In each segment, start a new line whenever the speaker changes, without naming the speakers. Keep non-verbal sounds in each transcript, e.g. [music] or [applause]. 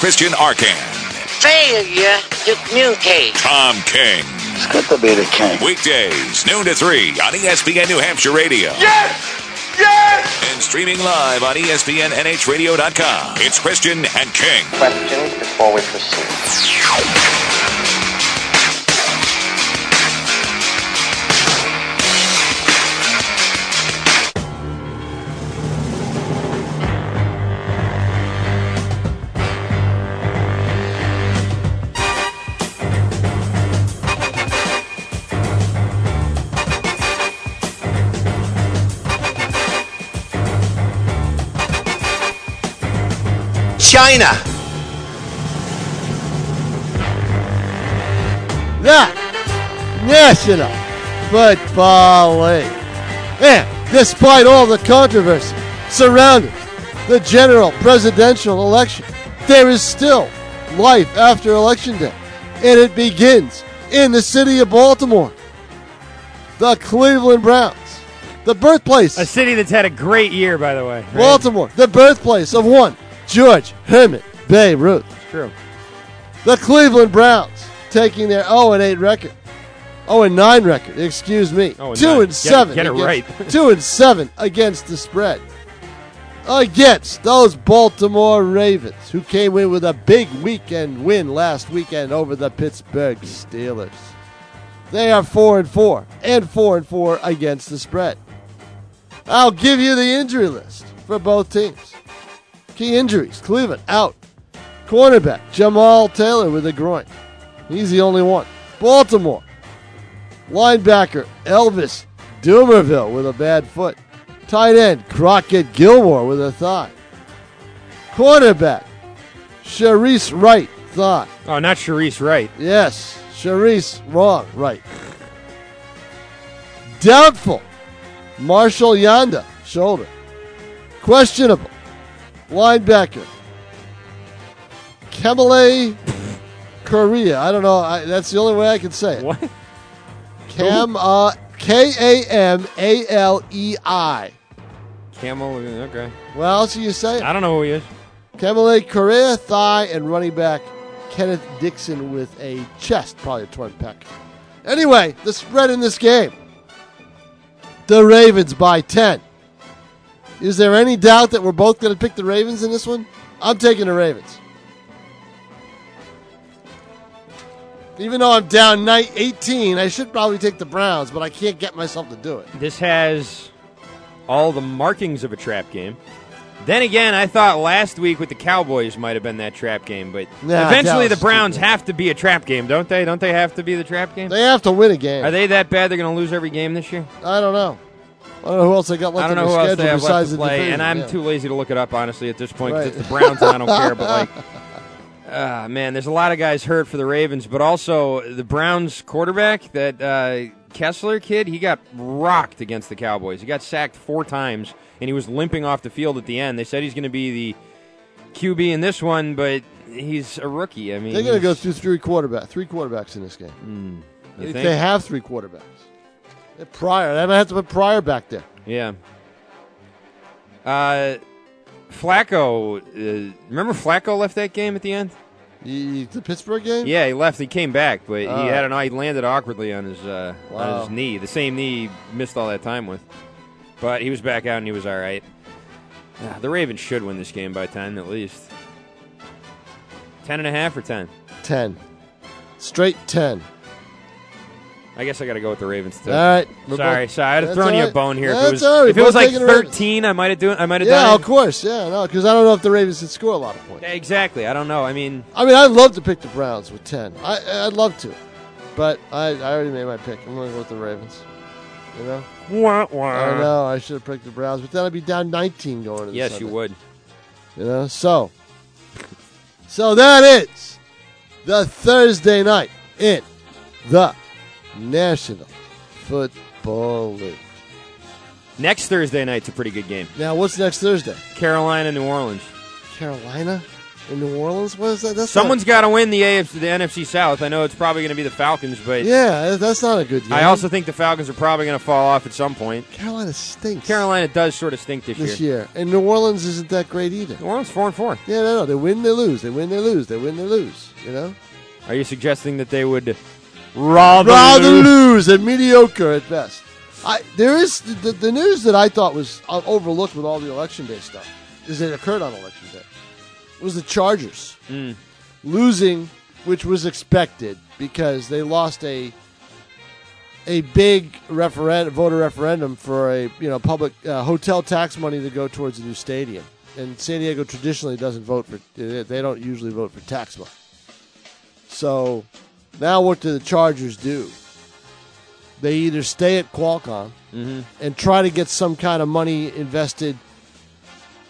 Christian Arkin,
Failure to communicate.
Tom King.
It's good to be the king.
Weekdays, noon to 3 on E ESPN New Hampshire Radio. Yes! Yes! And streaming live on E ESPNNHradio.com. It's Christian and King.
question before we proceed.
China. The National Football League. And despite all the controversy surrounding the general presidential election, there is still life after Election Day. And it begins in the city of Baltimore. The Cleveland Browns, the birthplace
A city that's had a great year, by the way.
Baltimore, the birthplace of one George Herman Bay Ruth.
It's true.
The Cleveland Browns taking their 0 and 8 record. 0 and 9 record, excuse me.
0 and
2
9.
and
Get it-
7.
get it
against- [laughs]
right.
2 and 7 against the spread. Against those Baltimore Ravens who came in with a big weekend win last weekend over the Pittsburgh Steelers. They are 4 and 4 and 4 and 4 against the spread. I'll give you the injury list for both teams. Key injuries. Cleveland out. Cornerback Jamal Taylor with a groin. He's the only one. Baltimore. Linebacker Elvis Dumerville with a bad foot. Tight end Crockett Gilmore with a thigh. Cornerback Sharice Wright thigh.
Oh, not Sharice Wright.
Yes, Sharice wrong right. Doubtful Marshall Yanda shoulder. Questionable linebacker Kamale Korea. I don't know. I, that's the only way I can say it.
What?
Cam uh, K A M A L E I.
Camel. Okay.
Well, else do you say?
I don't know who he is.
Kamale Correa, thigh, and running back Kenneth Dixon with a chest, probably a torn pec. Anyway, the spread in this game. The Ravens by 10. Is there any doubt that we're both going to pick the Ravens in this one? I'm taking the Ravens. Even though I'm down night 18, I should probably take the Browns, but I can't get myself to do it.
This has all the markings of a trap game. Then again, I thought last week with the Cowboys might have been that trap game, but
Nah,
eventually
Dallas
the
is
Browns
stupid.
have to be a trap game, don't they? Don't they have to be the trap game?
They have to win a game.
Are they that bad? They're going to lose every game this year.
I don't know. I don't know who else they got left
I don't
on
know who
their
else
schedule
they have
besides
left to
the
play,
division,
and I'm
yeah.
too lazy to look it up honestly at this point because
Right.
it's the Browns and I don't care. But
[laughs]
like, ah, man, there's a lot of guys hurt for the Ravens, but also the Browns quarterback that uh, Kessler kid, he got rocked against the Cowboys. He got sacked four times, and he was limping off the field at the end. They said he's going to be the QB in this one, but he's a rookie. I mean,
They're going to go
he's-
through three quarterback, three quarterbacks in this game.
Hmm. you
If
think?
they have three quarterbacks, They're Pryor, they might have to put Pryor back there.
Yeah. Uh, Flacco, uh, remember Flacco left that game at the end?
The, the Pittsburgh game,
Yeah, he left. He came back, but
Oh.
he had an he landed awkwardly on his uh, on
Wow.
his knee, the same knee he missed all that time with. But he was back out and he was all right. Ah, The Ravens should win this game by ten at least. Ten and a half or ten?
ten, straight ten.
I guess I got to go with the Ravens too.
All right, We're
Sorry,
both-
sorry. I'd have
That's
thrown
all
you a
right.
bone here.
That's
if it was,
all right.
if it was
Both
like
taking the Ravens.
thirteen, I might have done. I might have
Yeah,
done.
of course, yeah, no, because I don't know if the Ravens can score a lot of points.
Yeah, exactly. I don't know. I mean,
I mean, I'd love to pick the Browns with ten. I, I'd love to, but I, I already made my pick. I'm going to go with the Ravens. You know, I know I should have picked the Browns, but then I'd be down 19 going into
yes, you
Sunday.
would.
You know, so so that is the Thursday night in the National Football League.
Next Thursday night's a pretty good game.
Now, what's next Thursday?
Carolina, New Orleans.
Carolina. in New Orleans. What is that? That's not-
Someone's got to win the AFC, the NFC South. I know it's probably going to be the Falcons, but
yeah, that's not a good year.
I also think the Falcons are probably going to fall off at some point.
Carolina stinks
Carolina does sort of stink [laughs] this,
this
year.
year, and New Orleans isn't that great either.
New Orleans four and four.
Yeah, no, no, they win, they lose, they win, they lose, they win, they lose. You know,
Are you suggesting that they would rather,
rather
lose?
lose and mediocre at best. I, there is the, the news that I thought was uh, overlooked with all the election day stuff is that it occurred on election day. It was the Chargers losing, which was expected because they lost a a big referendum, voter referendum for a you know public uh, hotel tax money to go towards a new stadium. And San Diego traditionally doesn't vote for they don't usually vote for tax money. So now what do the Chargers do? They either stay at Qualcomm
Mm-hmm.
and try to get some kind of money invested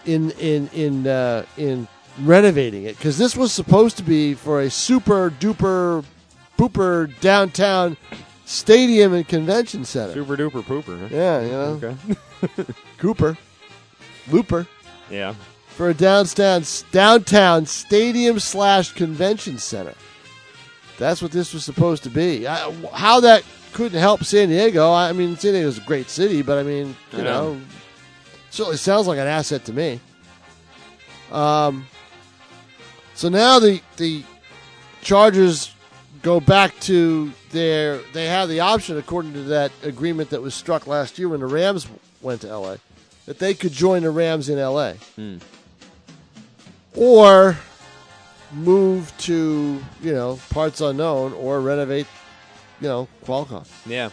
in in in uh, in renovating it because this was supposed to be for a super duper pooper downtown stadium and convention center.
Super duper pooper. Huh?
Yeah, you know,
Okay. [laughs]
Cooper, Looper
Yeah.
for a downtown downtown stadium slash convention center. That's what this was supposed to be. I, how that couldn't help San Diego? I mean, San Diego's a great city, but I mean, you
I know.
know, certainly sounds like an asset to me. Um, so now the the Chargers go back to their they have the option according to that agreement that was struck last year when the Rams went to LA that they could join the Rams in LA or move to you know parts unknown or renovate you know Qualcomm.
Yeah.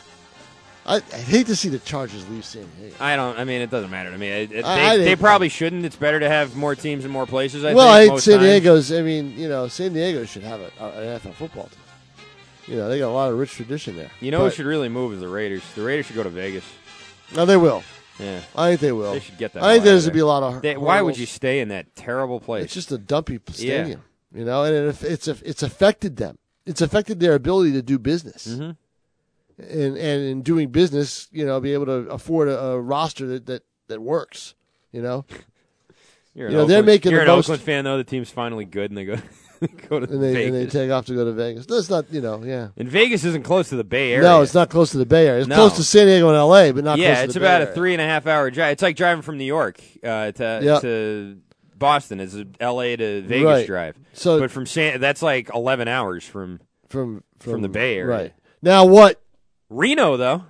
I, I hate to see the Chargers leave San Diego.
I don't. I mean, it doesn't matter to me. It- it-
I-
they,
I didn't-
they probably shouldn't. It's better to have more teams in more places. I
well, I
think,
hate
most
San
times.
Diego's. I mean, you know, San Diego should have a, a- an NFL football team. You know, they got a lot of rich tradition there.
You know, who
But-
should really move is the Raiders. The Raiders should go to Vegas.
No, they will.
Yeah.
I think they will.
They should get that
I think
ball out
there's
of
gonna be a lot of.
They, why would
hurdles.
you stay in that terrible place?
It's just a dumpy p-
Yeah.
stadium, you know, and it, it's it's affected them. It's affected their ability to do business,
Mhm.
and and in doing business, you know, be able to afford a, a roster that, that that works, you know,
[laughs] You're
You
an
know, they're
Oakland-
making
You're
the
an
most-
Oakland fan though. The team's finally good, and they go [laughs] go to
and they
Vegas.
and they take off to go to Vegas. That's not, you know, yeah.
and Vegas isn't close to the Bay Area.
No, it's not close to the Bay Area. It's
No.
close to San Diego and L.A., but not. close
Yeah,
to
it's
the
about
Bay
a three and a half hour drive. It's like driving from New York uh, to
Yeah.
to Boston. It's a L.A. to Vegas
Right.
drive.
So-
but from San, that's like eleven hours from
Area. from from
the Bay Area.
Right now, what?
Reno, though.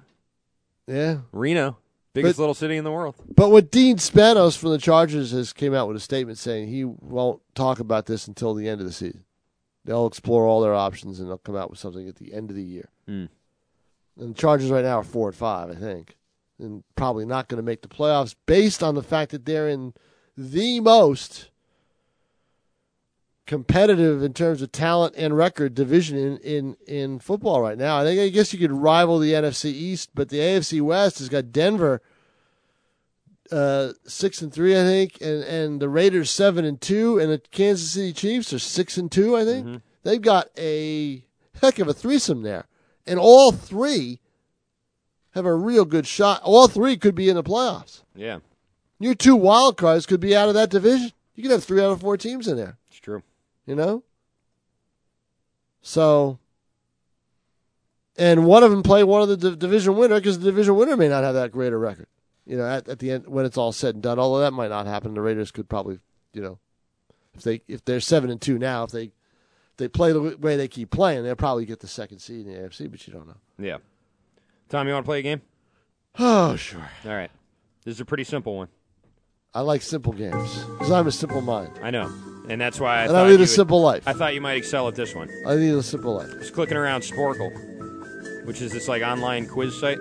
Yeah,
Reno, biggest
But-
little city in the world.
But what Dean Spanos from the Chargers has came out with a statement saying he won't talk about this until the end of the season. They'll explore all their options and they'll come out with something at the end of the year.
Hmm.
And the Chargers right now are four and five, I think, and probably not going to make the playoffs based on the fact that they're in the most competitive in terms of talent and record division in, in, in football right now. I think I guess you could rival the NFC East, but the AFC West has got Denver uh, six and three, I think, and, and the Raiders seven and two, and the Kansas City Chiefs are six and two, I think. They've got a heck of a threesome there, and all three have a real good shot. All three could be in the playoffs.
Yeah,
Your two wild cards could be out of that division. You could have three out of four teams in there.
it's true.
You know? So, and one of them play one of the div- division winner because the division winner may not have that great a record. You know, at, at the end when it's all said and done, although that might not happen, the Raiders could probably, you know, if they if they're seven and two now, if they if they play the w- way they keep playing, they'll probably get the second seed in the AFC. But you don't know.
Yeah. Tom, you want to play a game?
Oh, sure.
All right. This is a pretty simple one.
I like simple games because I'm a simple mind
I know, and that's why I
and
thought
I
you
lead a
would-
simple life.
I thought you might excel at this one.
I need a simple life.
was clicking around Sporkle, which is this like online quiz site,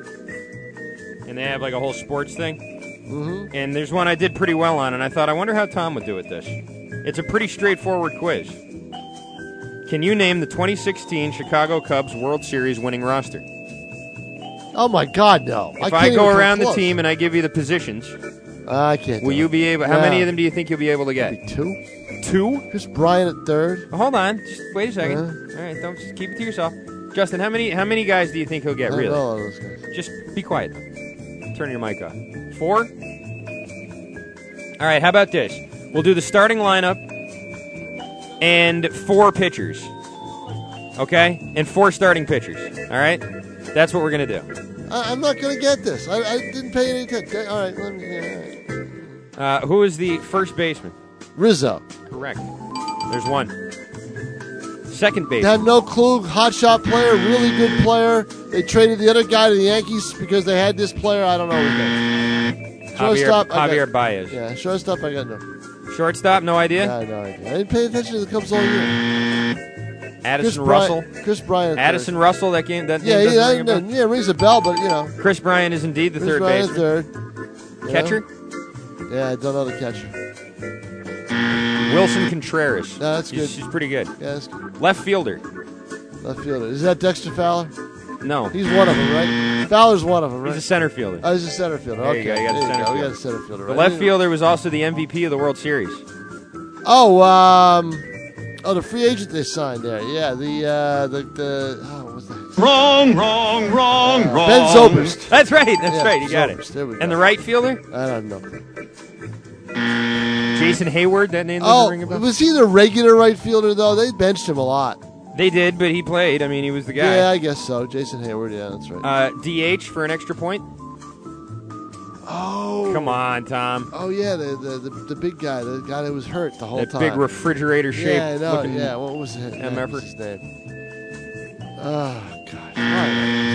and they have like a whole sports thing. Mm-hmm. And there's one I did pretty well on, and I thought, I wonder how Tom would do with this. It's a pretty straightforward quiz. Can you name the 2016 Chicago Cubs World Series winning roster?
Oh my God, no!
If
can't
I,
even
go
come
around the
close.
team and I give you the positions,
I can't.
will
do
you
it.
be able? How many
No.
of them do you think you'll be able to get?
Maybe two?
Two.
Chris Bryant at third.
Hold on. Just wait a second.
Yeah.
All right. Don't just keep it to yourself. Justin, how many how many guys do you think he'll get?
I don't
Really?
know all those guys.
Just be quiet. Turn your mic off. Four. All right, how about this? We'll do the starting lineup and four pitchers. Okay? And four starting pitchers. All right? That's what we're going to do.
I, I'm not going to get this. I, I didn't pay any attention. All right, let me. all right.
Uh, who is the first baseman?
Rizzo.
Correct. There's one. Second baseman.
Had no clue. Hot shot player, really good player. They traded the other guy to the Yankees because they had this player. I don't know. Who they
Javier,
shortstop, I got-
Javier Baez.
yeah, shortstop. I got no.
Shortstop, no idea.
Yeah, I know. I did. I didn't pay attention to the Cubs all year.
Addison
Bry-
Russell.
Chris Bryant. at
Addison Russell, that game. That
third. Yeah,
name
he,
doesn't
I,
ring a bell.
no, yeah, rings a bell, but you know,
Chris Bryan is indeed the
Chris
third
Bryant
baseman.
third. you know?
Catcher,
Yeah, I don't know the catcher.
Wilson Contreras.
No, that's
He's-
good.
He's, pretty good.
Yeah, that's good.
Left fielder.
Left fielder. Is that Dexter Fowler?
No, he's,
He's one of them, right? Fowler's one of them, right?
a center fielder.
Oh, he's a center fielder.
There you
okay.
go, you got
there
a center
We
fielder.
got a center fielder.
the
Right?
left fielder was also the MVP of the World Series.
Oh, um, oh, the free agent they signed there. Yeah, the uh, the the oh, what was that?
Wrong, wrong, wrong, wrong.
Ben Zobrist.
That's right. That's
Yeah,
right. You got
Zobrist,
it.
there we
And
go.
the right fielder,
I don't know.
Jason Hayward. That name doesn't
Oh,
ring a bell.
was he the regular right fielder though? They benched him a lot.
they did, but he played. I mean, he was the guy.
Yeah, I guess so. Jason Hayward. Yeah, that's right.
Uh, DH for an extra point.
oh,
Uh, Come on, Tom.
oh yeah, the, the the the big guy, the guy that was hurt the whole
That
time.
big refrigerator shaped
yeah, I know.
looking
Yeah, what was it?
M. er.
What was
Effort.
his name? Oh gosh. Why did I-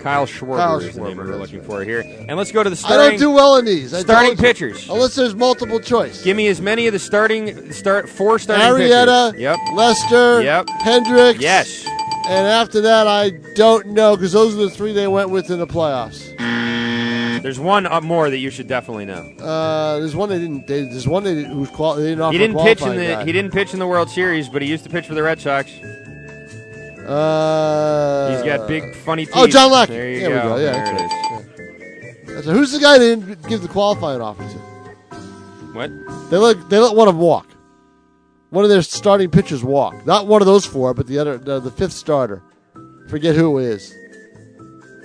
Kyle Schwarber
Kyle
is the
Schwarber,
name we we're
that's
looking
right.
for here. And let's go to the
I don't
starting.
do well in these. I
starting
told you.
pitchers.
Unless there's multiple choice.
Give me as many of the starting start four starting
Arietta,
pitchers. Yep.
Lester,
Yep.
Hendricks.
Yes.
And after that, I don't know because those are the three they went with in the playoffs.
There's one up more that you should definitely know.
Uh, there's one they didn't. They, there's one they didn't, who's qual- they didn't offer.
He didn't
a
pitch in
qualifying
the
guy.
he didn't pitch in the World Series, but he used to pitch for the Red Sox.
Uh,
He's got big funny teeth.
Oh, John Lackey.
There you
There we
go.
go. Yeah,
there
that's
it is.
That's right. who's the guy they didn't give the qualifying offer to?
What?
They let they let one of them walk. One of their starting pitchers walk. Not one of those four, but the other the, the fifth starter. Forget who it is.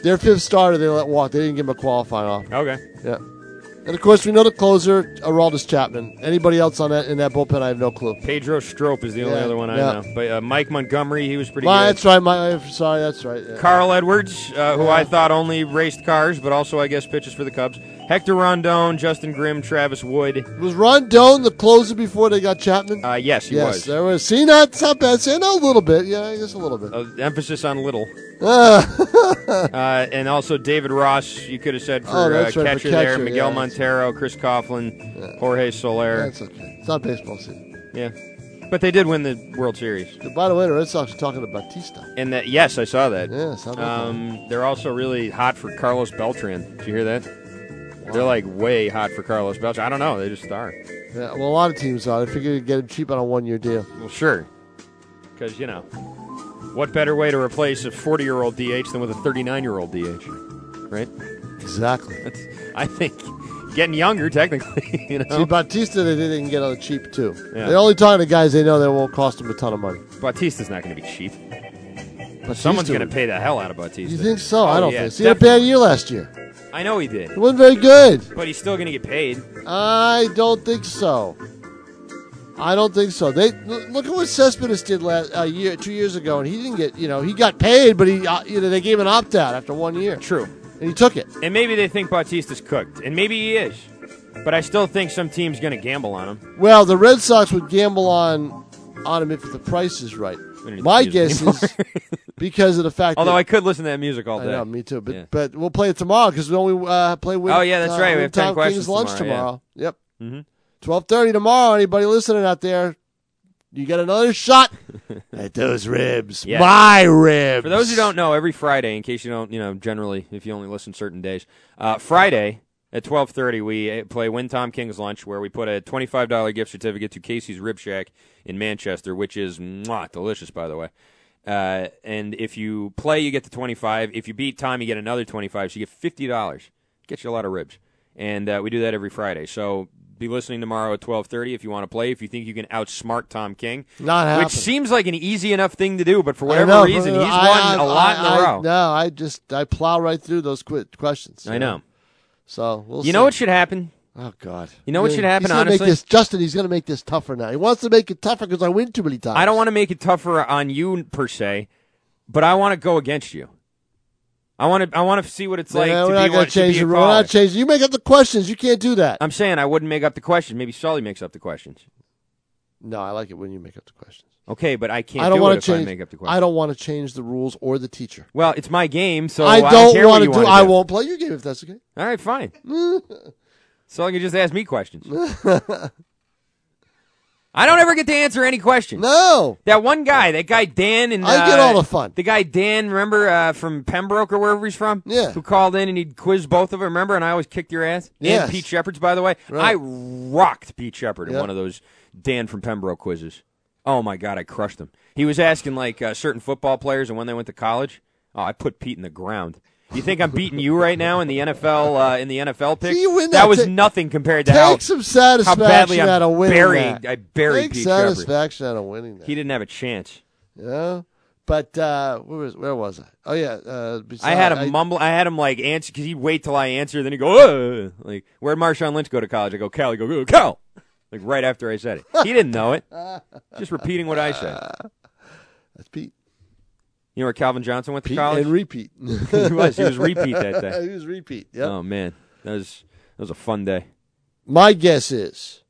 Their fifth starter they let walk. They didn't give him a qualifying offer.
Okay.
Yeah. And of course, we know the closer, Araldis Chapman. Anybody else on that in that bullpen, I have no clue.
Pedro Strop is the only
Yeah,
other one I
yeah.
know. But uh, Mike Montgomery, he was pretty
My,
good.
that's right. My, I'm sorry, that's right. yeah.
Carl Edwards, uh, who
Yeah.
I thought only raced cars, but also I guess pitches for the Cubs. Hector Rondon, Justin Grimm, Travis Wood.
was Rondon the closer before they got Chapman?
Uh, yes, he
yes,
was.
there was. See, not it's not bad. See, no, a little bit. Yeah, I guess a little ah, bit.
Uh, emphasis
[laughs]
on little. uh, and also David Ross, you could have said for,
Oh,
uh,
that's
catcher,
right, for
there,
catcher,
Miguel
yeah.
Montero, Chris Coughlin, Jorge Soler.
That's okay. It's not baseball season.
Yeah. But they did win the World Series.
By the way, the Red Sox are talking to Batista.
And that yes, I saw that.
Yes, how about
um, they're also really hot for Carlos Beltran. Did you hear that? They're like way hot for Carlos Beltran. I don't know, they just are.
Yeah, well, a lot of teams are. They figure you get him cheap on a one-year deal.
Well, sure. Cuz you know, what better way to replace a 40-year-old DH than with a 39-year-old DH, right?
Exactly.
That's, I think getting younger, technically, [laughs] you
See,
know.
Batista, they did they can get on the cheap too.
Yeah.
They're only talking to guys they know that won't cost them a ton of money.
Bautista's not going to be cheap.
Batista
Someone's
would
going to pay the hell out of Bautista.
You think so? I
Oh,
don't
yeah,
think so. He had a bad
definitely.
year last year.
I know he did,
It wasn't very good.
but he's still going to get paid.
I don't think so. I don't think so. They look look at what Cespedes did last a year, two years ago, and he didn't get. You know, he got paid, but he uh, you know they gave an opt out after one year,
True.
and he took it.
And maybe they think Bautista's cooked, and maybe he is. But I still think some team's going to gamble on him.
Well, the Red Sox would gamble on on him if the price is right.
don't need
My
to use
guess
it
is [laughs] because of the fact.
Although I
that,
could listen to that music all
I
day.
know, me too. But
Yeah.
but we'll play it tomorrow because we only uh, play. With,
Oh, yeah, that's
uh,
right. We
with
have 10
Tom
questions
King's lunch
tomorrow, yeah.
tomorrow. Yep.
Mm-hmm.
Twelve thirty tomorrow. Anybody listening out there, you get another shot at those ribs.
[laughs] Yeah.
My ribs.
For those who don't know, every Friday, in case you don't, you know, generally, if you only listen certain days, uh, Friday at twelve thirty, we uh, play Win Tom King's Lunch, where we put a twenty-five dollar gift certificate to Casey's Rib Shack in Manchester, which is mwah, delicious, by the way. Uh, and if you play, you get the twenty-five. If you beat Tom, you get another twenty-five. So you get fifty dollars. Gets you a lot of ribs, and uh, we do that every Friday. So. Be listening tomorrow at twelve thirty if you want to play. If you think you can outsmart Tom King,
Not
which
happening.
seems like an easy enough thing to do, but for
I
whatever
know,
reason,
but
he's
I-
won
I-
a lot
I-
in a
I-
row.
No, I just I plow right through those qu- questions.
I know.
So we'll
You
see.
know what should happen?
Oh God!
You know what should happen,
He's gonna
honestly?
make this Justin. He's going to make this tougher now. He wants to make it tougher because I win too many times.
I don't want to make it tougher on you per se, but I want to go against you. I want to. I want to see what it's like
Yeah,
to
we're
be
not
one.
going
to
to change
be a
the rule. We're
caller.
not changing. You make up the questions. You can't do that.
I'm saying I wouldn't make up the questions. Maybe Sully makes up the questions.
no, I like it when you make up the questions.
Okay, but I can't
I don't
do
want
it
to change.
if I make up the questions.
I don't want to change the rules or the teacher.
Well, it's my game, so
I
don't,
don't
care what
wanna
you
do.
wanna
I won't play your game if that's okay.
All
[laughs]
right, fine. so you can just ask me questions. I don't ever get to answer any questions.
No.
That one guy, that guy Dan, and uh,
I get all the fun.
The guy Dan, remember uh, from Pembroke or wherever he's from,
Yeah.
who called in and he'd quiz both of them. Remember, and I always kicked your ass.
Yes.
And Pete Shepard's, by the way,
Right.
I rocked Pete Shepard in
Yeah.
one of those Dan from Pembroke quizzes. Oh my god, I crushed him. He was asking like uh, certain football players and when they went to college. Oh, I put Pete in the ground. You think I'm beating you right now in the NFL uh, in the NFL pick?
See, you win that
that was
pick.
nothing compared to
Take
how
some satisfaction
badly I'm
out of winning
buried-
that.
I buried
Take
Pete Shepard.
satisfaction out of winning that.
he didn't have a chance.
yeah. But uh, where was where was I? Oh yeah. Uh,
I had him
a
mumble. I had him like answer because he'd wait till I answer, then he'd go, Ugh. like, "Where'd Marshawn Lynch go to college?" I go, "Cal." He go, "Ugh, "Cal," like right after I said it. He didn't know it. Just repeating what I said.
That's Pete.
You know where Calvin Johnson went to
Pete
college?
and repeat.
[laughs] he was. He was repeat that
[laughs]
day.
he was repeat. Yep.
Oh man, that was that was a fun day.
My guess is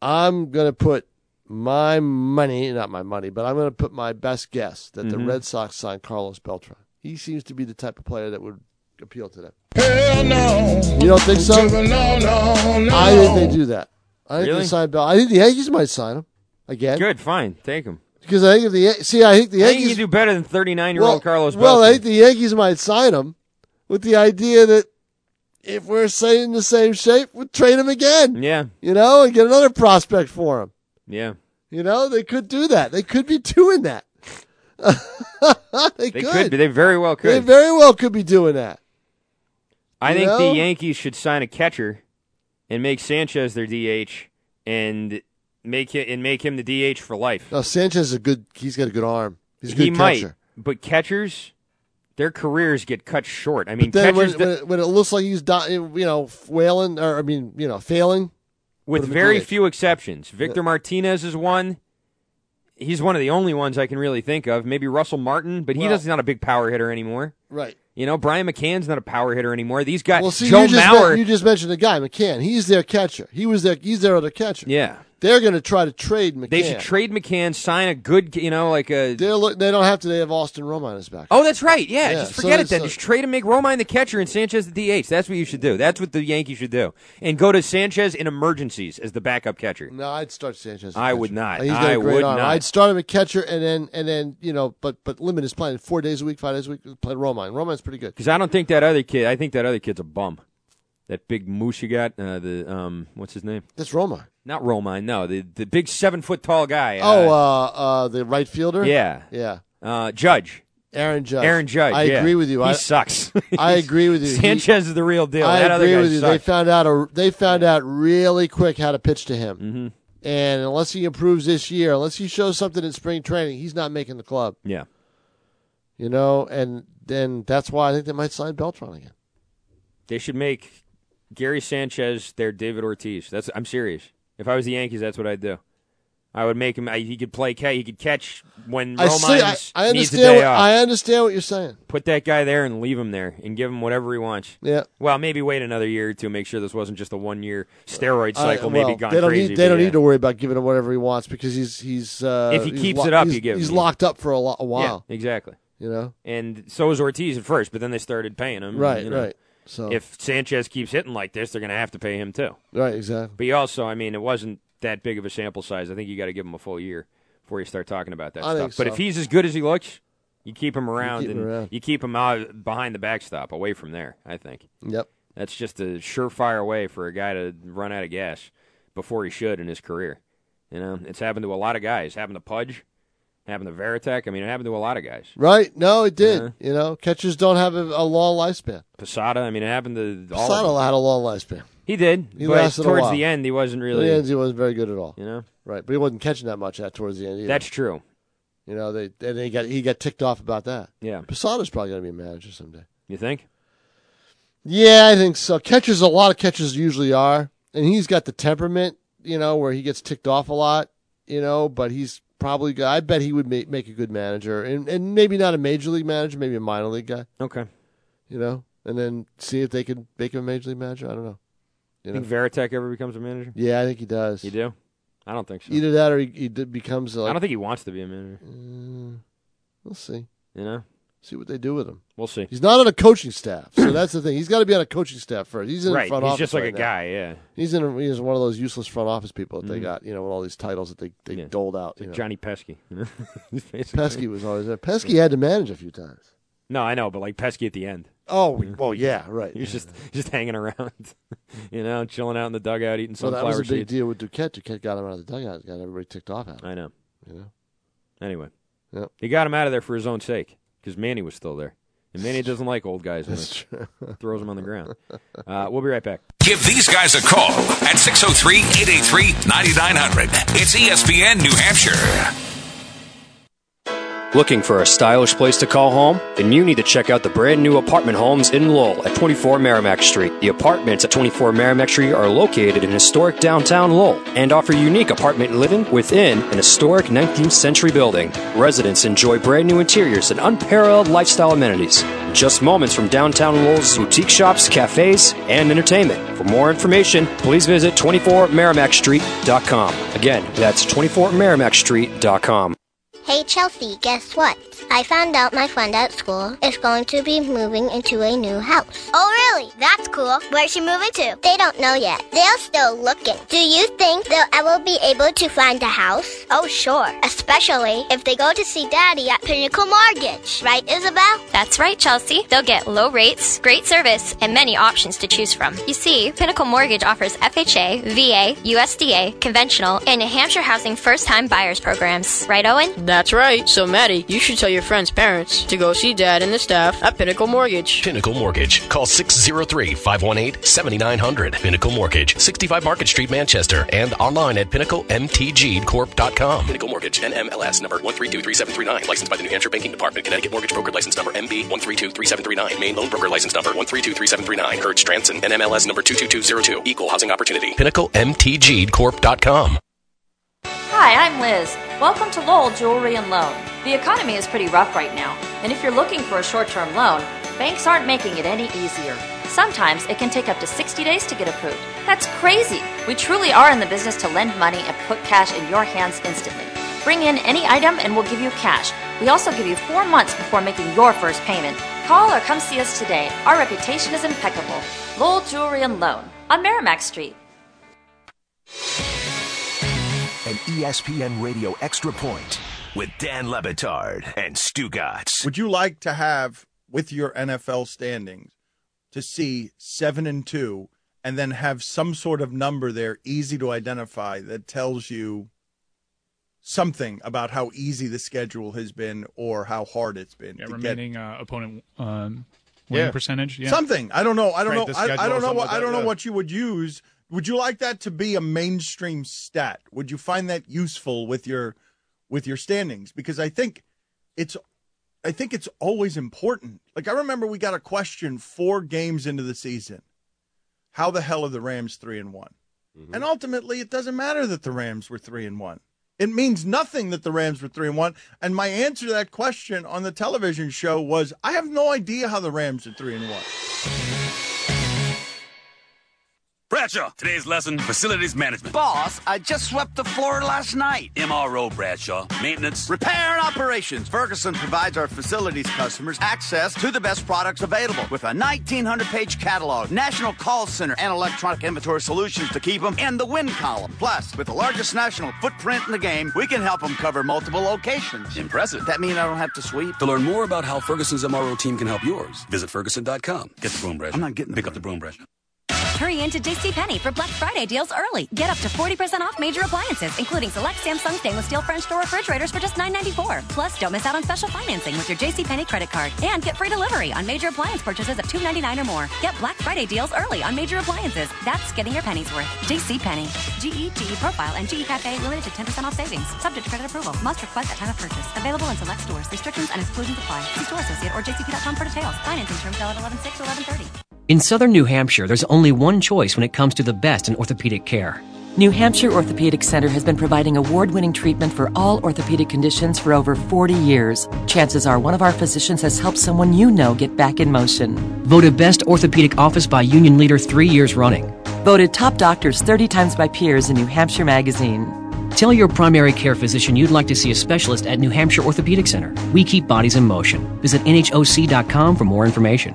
I'm going to put my money, not my money, but I'm going to put my best guess that
Mm-hmm.
the Red Sox signed Carlos Beltran. He seems to be the type of player that would appeal to them. Hell no. You don't think so? No, no, no. I think they do that. I think
Really?
they sign Beltran. I think the Yankees might sign him again.
Good, fine, take him.
Because I think if the Yan- see, I think the
I think
Yankees
you do better than thirty-nine-year-old Carlos.
well, I
Beltran.
think the Yankees might sign him with the idea that if we're saying the same shape, we'll trade him again
yeah,
you know, and get another prospect for him.
yeah.
You know, they could do that. They could be doing that. [laughs] they,
They
could.
could. be. They very well
They
could.
very well could be doing that.
I
You
think
know?
the Yankees should sign a catcher and make Sanchez their DH and make him and make him the DH for life.
Now Sanchez is a good. He's got a good arm. He's a good
he might,
catcher.
but catchers, their careers get cut short. I mean,
Then when,
catchers
when,
that-
it, when it looks like he's di- you know wailing or I mean you know failing.
with
put him at
very
DH.
few exceptions. Victor Martinez is one. He's one of the only ones I can really think of. Maybe Russell Martin, but he
Well-
doesn't not a big power hitter anymore.
Right.
You know, Brian McCann's not a power hitter anymore. These guys,
Well, see,
Joe
you, just
Mauer,
men- you just mentioned a guy McCann. He's their catcher. He was their. He's their other catcher.
yeah,
They're going to try to trade McCann.
they should trade McCann, sign a good, you know, like a
They're look. They don't have to. They have Austin Rome on his back.
Oh, that's right. Yeah,
Yeah,
just
so-
forget it then.
so-
just trade and make Romine the catcher and Sanchez the DH. That's what you should do. That's what the Yankees should do. And go to Sanchez in emergencies as the backup catcher.
No, I'd start Sanchez. at
I
catcher.
would not.
He's got a
I
great
would
arm.
not.
I'd start him at catcher, and then and then you know, but but limit his playing four days a week, five days a week. Play Romine. Romine's pretty good.
Because I don't think that other kid. I think that other kid's a bum. That big moose you got. Uh, the um, what's his name?
That's Romine.
Not Romine. No, the the big seven foot tall guy.
oh, uh, uh, the right fielder.
yeah.
yeah.
Uh, Judge.
Aaron Judge.
Aaron Judge.
I
yeah.
agree with you.
He
I,
sucks. [laughs]
I agree with you. He-
Sanchez is the real deal.
I
that other
agree
guy
with you. They
sucks.
found out a, they found out really quick how to pitch to him. Mm-hmm. And unless he improves this year, unless he shows something in spring training, he's not making the club.
yeah.
You know, and then that's why I think they might sign Beltron again.
They should make Gary Sanchez their David Ortiz. That's I'm serious. If I was the Yankees, that's what I'd do. I would make him. I, he could play. ca- He could catch when
I see. I,
Romines
I
needs a
understand.
day
What,
off.
I understand what you're saying.
Put that guy there and leave him there and give him whatever he wants.
Yeah.
Well, maybe wait another year or two. Make sure this wasn't just a one year steroid cycle.
Uh, well,
maybe gone
they don't
crazy.
Need, they
but
don't
yeah.
need to worry about giving him whatever he wants because he's he's uh,
If he
he's
keeps it up,
he's,
you give him,
he's
yeah.
locked up for a, lo- a
Yeah,
while.
exactly.
You know,
And so was Ortiz at first, but then they started paying him.
right,
you know.
right. So
If Sanchez keeps hitting like this, they're going to have to pay him too.
right, exactly.
But you also, I mean, it wasn't that big of a sample size. I think you got to give him a full year before you start talking about that
I
stuff.
think
But
so.
if he's as good as he looks, you keep him around
keep him
and
around.
you keep him out behind the backstop, away from there. I think
Yep.
that's just a surefire way for a guy to run out of gas before he should in his career. You know, it's happened to a lot of guys. Happened to Pudge. Happened to Veritek. I mean, it happened to a lot of guys.
Right. No, it did.
Yeah.
You know, catchers don't have a, a long lifespan.
Posada. I mean, it happened to all. of them.
Posada had a long lifespan.
He did.
He
but
lasted a
towards
while.
the end, he wasn't
In
really.
the end, he wasn't very good at all.
you know,
Right, but he wasn't catching that much at towards the end either.
that's true.
you know, they and they got he got ticked off about that.
Yeah,
Posada's probably going to be a manager someday.
you think?
Yeah, I think so. Catchers, a lot of catchers usually are. and he's got the temperament, you know, where he gets ticked off a lot, you know, but he's probably good. I bet he would make, make a good manager and, and maybe not a major league manager, maybe a minor league guy,
Okay.
you know, and then see if they can make him a major league manager. I don't know.
You think Veritek ever becomes a manager?
Yeah, I think he does.
You do? I don't think so.
Either that or he, he d- becomes like, Mm,
I don't think he wants to be a manager.
we'll see.
You know,
See what they do with him.
we'll see.
He's not on a coaching staff, so that's the thing. He's got to be on a coaching staff first. He's in the
right.
front
He's
office.
just like
right
a
now.
guy. Yeah. Mm-hmm.
He's in. A, he's one of those useless front office people that they got. You know, with all these titles that they they
Yeah.
doled out. you know.
Johnny Pesky. you know? [laughs] He's basically-
Pesky was always there. Pesky had to manage a few times.
No, I know, but like Pesky at the end,
Oh, well, yeah,
[laughs]
right.
he was just just hanging around, [laughs] you know, chilling out in the dugout, eating
Well,
sunflower
that was a big
seeds.
deal with Duquette. Duquette got him out of the dugout. Got everybody ticked off at him.
I know.
You know?
Anyway,
Yep.
he got him out of there for his own sake because Manny was still there,
[laughs]
and Manny doesn't like old guys when
That's true.
it throws them on
[laughs]
the ground. Uh, we'll be right back.
Give these guys a call at 603 883 9900. It's E ESPN New Hampshire.
Looking for a stylish place to call home? Then you need to check out the brand new apartment homes in Lowell at 24 Merrimack Street. The apartments at 24 Merrimack Street are located in historic downtown Lowell and offer unique apartment living within an historic 19th century building. Residents enjoy brand new interiors and unparalleled lifestyle amenities. Just moments from downtown Lowell's boutique shops, cafes, and entertainment. For more information, please visit 24merrimackstreet.com. Again, that's 24merrimackstreet.com.
Hey Chelsea, guess what? I found out my friend at school is going to be moving into a new house. Oh really? That's cool. Where's she moving to? They don't know yet. They're still looking. Do you think they'll ever be able to find a house? Oh sure. Especially if they go to see Daddy at Pinnacle Mortgage. Right, Isabel?
That's right, Chelsea. They'll get low rates, great service, and many options to choose from. You see, Pinnacle Mortgage offers FHA, VA, USDA, conventional, and New Hampshire Housing First Time Buyers programs. Right, Owen?
That's right. So, Maddie, you should tell your friend's parents to go see Dad and the staff at Pinnacle Mortgage.
Pinnacle Mortgage. Call 603 518 7900. Pinnacle Mortgage, 65 Market Street, Manchester, and online at pinnaclemtgcorp.com. Pinnacle Mortgage, NMLS number 1323739. Licensed by the New Hampshire Banking Department. Connecticut Mortgage Broker License number MB 1323739. Main Loan Broker License number 1323739. Hertz Stranson, NMLS number 22202. Equal Housing Opportunity. PinnacleMTGcorp.com.
Hi, I'm Liz. Welcome to Lowell Jewelry and Loan. The economy is pretty rough right now, and if you're looking for a short term loan, banks aren't making it any easier. Sometimes it can take up to 60 days to get approved. That's crazy! We truly are in the business to lend money and put cash in your hands instantly. Bring in any item and we'll give you cash. We also give you four months before making your first payment. Call or come see us today. Our reputation is impeccable. Lowell Jewelry and Loan on Merrimack Street.
An E ESPN Radio Extra Point with Dan Levitard and Stu Gatz.
Would you like to have with your NFL standings to see seven and two, and then have some sort of number there easy to identify that tells you something about how easy the schedule has been or how hard it's been to get
uh, opponent um,
Yeah.
percentage.
something? I don't know. I don't
Create
know.
the
I, I
schedule
don't
or
know.
something
What,
like
I
that,
don't know
yeah.
what you would use. Would you like that to be a mainstream stat? Would you find that useful with your with your standings? Because I think it's I think it's always important. Like I remember we got a question four games into the season. How the hell are the Rams three and one? And ultimately it doesn't matter that the Rams were three and one. It means nothing that the Rams were three and one. And my answer to that question on the television show was I have no idea how the Rams are three and one.
Bradshaw, today's lesson facilities management.
Boss, I just swept the floor last night.
MRO Bradshaw, maintenance,
Repair and operations. Ferguson provides our facilities customers access to the best products available with a 1,900 page catalog, national call center, and electronic inventory solutions to keep them in the win column. Plus, with the largest national footprint in the game, we can help them cover multiple locations.
Impressive.
That mean I don't have to sweep?
To learn more about how Ferguson's MRO team can help yours, visit Ferguson.com. Get the broom brush. I'm not getting the Pick up the broom brush.
Hurry into JCPenney for Black Friday deals early. Get up to 40% off major appliances, including select Samsung stainless steel French door refrigerators for just $9.94. Plus, don't miss out on special financing with your JCPenney credit card. And get free delivery on major appliance purchases of $2.99 or more. Get Black Friday deals early on major appliances. That's getting your pennies worth. JCPenney. GE, GE E Profile, and GE Cafe limited to 10% off savings. Subject to credit approval. Must request at time of purchase. Available in select stores. Restrictions and exclusions apply. See store associate or jcp.com for details. Financing terms valid 11.6 to 11.30.
In southern New Hampshire, there's only one choice when it comes to the best in orthopedic care.
New Hampshire Orthopedic Center has been providing award winning treatment for all orthopedic conditions for over 40 years. Chances are one of our physicians has helped someone you know get back in motion.
Voted Best Orthopedic Office by Union Leader three years running.
Voted top doctors 30 times by peers in New Hampshire Magazine.
Tell your primary care physician you'd like to see a specialist at New Hampshire Orthopedic Center. We keep bodies in motion. Visit NHOC.com for more information.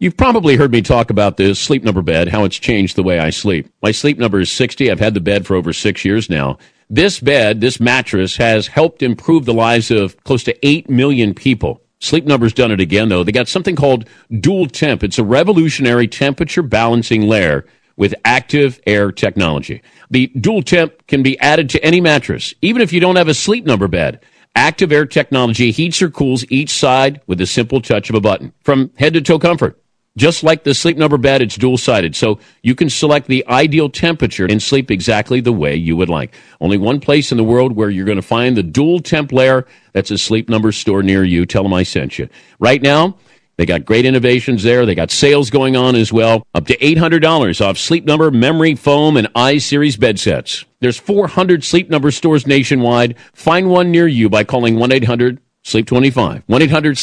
You've probably heard me talk about this sleep number bed, how it's changed the way I sleep. My sleep number is 60. I've had the bed for over six years now. This bed, this mattress has helped improve the lives of close to 8 million people. Sleep Number's done it again, though. They got something called Dual Temp. It's a revolutionary temperature balancing layer with active air technology. The Dual Temp can be added to any mattress, even if you don't have a sleep number bed. Active air technology heats or cools each side with a simple touch of a button from head to toe comfort. Just like the sleep number bed, it's dual sided, so you can select the ideal temperature and sleep exactly the way you would like. Only one place in the world where you're going to find the dual temp layer. That's a sleep number store near you. Tell them I sent you. Right now, they got great innovations there. They got sales going on as well. Up to $800 off Sleep Number memory foam and I series bed sets. There's 400 Sleep Number stores nationwide. Find one near you by calling 1-800-SLEEP25.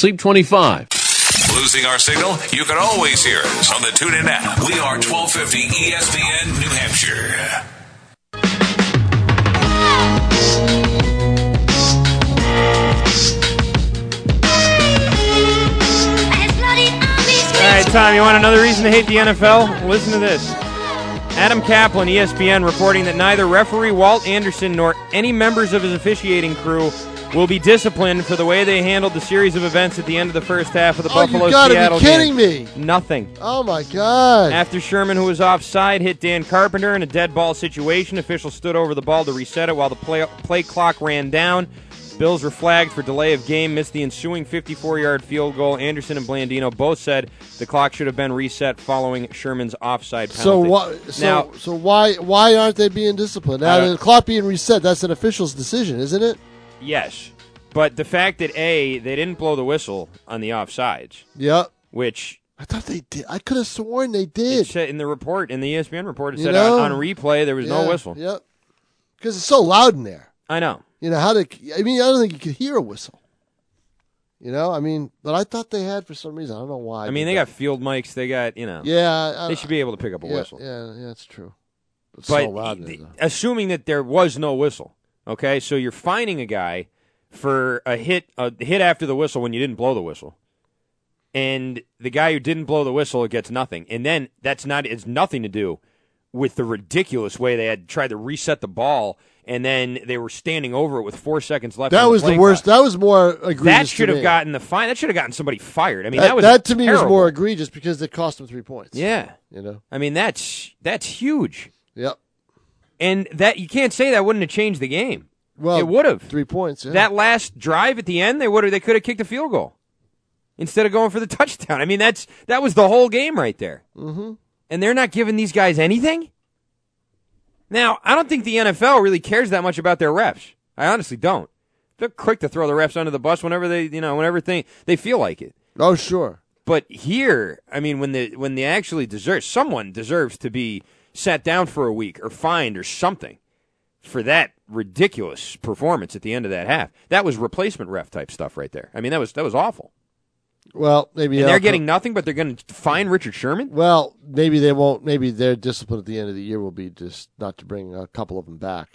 1-800-SLEEP25.
Losing our signal? You can always hear us on the TuneIn app. We are E 1250 ESPN New Hampshire.
All right, Tom, you want another reason to hate the NFL? Listen to this. Adam Kaplan, E ESPN, reporting that neither referee Walt Anderson nor any members of his officiating crew will be disciplined for the way they handled the series of events at the end of the first half of the
Oh,
Buffalo
you gotta
Seattle
be kidding
game.
me.
Nothing.
Oh my God.
After Sherman, who was offside, hit Dan Carpenter in a dead ball situation, officials stood over the ball to reset it while the play, play clock ran down. Bills were flagged for delay of game, missed the ensuing 54 yard field goal. Anderson and Blandino both said the clock should have been reset following Sherman's offside penalty.
So why? So
now,
so why why aren't they being disciplined?
I
Now
don't-
the clock being reset. That's an official's decision, isn't it?
yes. But the fact that, A, they didn't blow the whistle on the offsides,
Yep.
which
I thought they did. I could have sworn they did.
said in the report, in the E ESPN report, it
You
said
know?
on, on replay there was
Yeah,
no whistle.
Yep. Because it's so loud in there.
I know.
You know how to? I mean, I don't think you could hear a whistle. You know, I mean, but I thought they had for some reason. I don't know why.
I, mean, they got field mics. They got, you know.
Yeah, I-
they should be able to pick up a
yeah,
whistle.
Yeah, yeah, it's true. It's
but
so loud in
the-
there, though.
assuming that there was no whistle, okay, so you're fining a guy for a hit a hit after the whistle when you didn't blow the whistle, and the guy who didn't blow the whistle gets nothing, and then that's not it's nothing to do with the ridiculous way they had tried to reset the ball, and then they were standing over it with four seconds left. on
That was
play
the
clock.
worst. That was more egregious.
That
to
should have
me.
gotten the fine. That should have gotten somebody fired. I mean,
that,
that, was
that to me was
terrible.
more egregious because it cost them three points.
Yeah.
You know?
I mean, that's that's huge.
Yep.
And that you can't say that wouldn't have changed the game.
Well,
it would have.
Three points. Yeah.
That last drive at the end, they would have they could have kicked a field goal instead of going for the touchdown. I mean, that's that was the whole game right there.
Mm-hmm.
And they're not giving these guys anything? Now, I don't think the NFL really cares that much about their refs. I honestly don't. They're quick to throw the refs under the bus whenever they, you know, whenever they, they feel like it.
Oh, sure.
But here, I mean, when the when they actually deserve someone deserves to be sat down for a week or fined or something for that ridiculous performance at the end of that half. That was replacement ref type stuff right there. I mean, that was that was awful.
Well, maybe
and
I'll
they're
co-
getting nothing, but they're going to fine Richard Sherman.
Well, maybe they won't. Maybe their discipline at the end of the year will be just not to bring a couple of them back.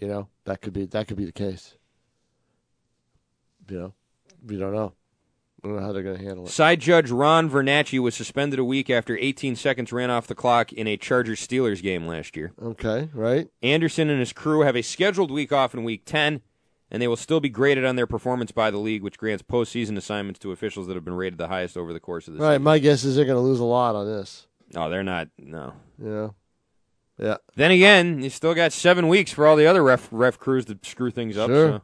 You know, that could be that could be the case. You know, we don't know. We don't know how they're going to handle it.
Side judge Ron Vernacci was suspended a week after 18 seconds ran off the clock in a Chargers Steelers game last year.
Okay, right?
Anderson and his crew have a scheduled week off in week 10, and they will still be graded on their performance by the league, which grants postseason assignments to officials that have been rated the highest over the course of the
All right. My guess is they're going to lose a lot on this.
season. Oh, they're not. No.
You know, yeah.
Then again, you still got seven weeks for all the other ref, ref crews to screw things up.
Sure.
So.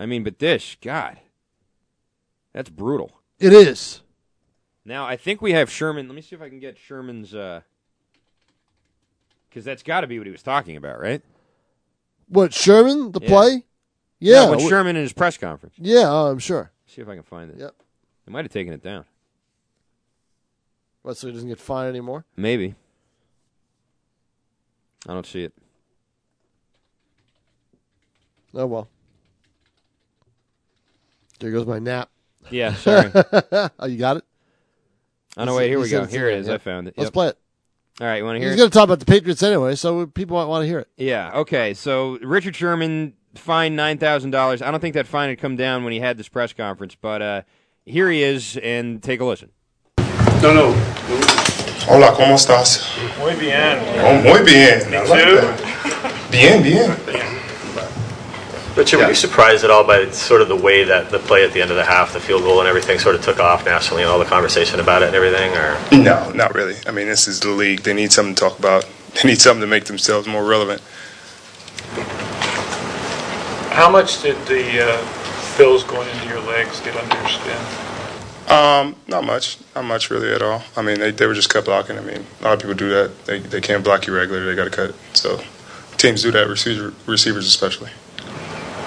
I mean, but this, God, that's brutal.
It is.
Now, I think we have Sherman. Let me see if I can get Sherman's. Because that's got to be what he was talking about, right?
What Sherman the
Yeah.
play?
No,
Yeah,
when
wh-
Sherman in his press conference.
Yeah, oh, I'm sure.
See if I can find it.
Yep.
They might have taken it down.
What, so he doesn't get fined anymore?
Maybe. I don't see it.
Oh, well. There goes my nap.
Yeah, sorry.
[laughs] oh, you got it?
Oh,
He
no, wait,
said- he
here we
said
go.
it's in
Here it
there,
is.
yeah.
I found it.
Let's
Yep.
play it.
All right, you want to hear
He's
it?
going to talk about the Patriots anyway, so people might want to hear it.
Yeah. Okay. So Richard Sherman fined nine thousand dollars. I don't think that fine had come down when he had this press conference, but uh, here he is, and take a listen.
No, no.
Hola, ¿cómo estás?
Muy bien.
Oh, muy bien. I like
too.
that. Bien, bien.
Richard, were you surprised at all by sort of the way that the play at the end of the half, the field goal and everything sort of took off nationally and all the conversation about it and everything? Or
No, not really. I mean, this is the league. They need something to talk about. [laughs] They need something to make themselves more relevant.
How much did the uh, pills going into your legs get under your skin?
Um, not much. Not much really at all. I mean, they, they were just cut blocking. I mean, a lot of people do that. They, they can't block you regular. They got to cut. So teams do that, receiver, receivers especially.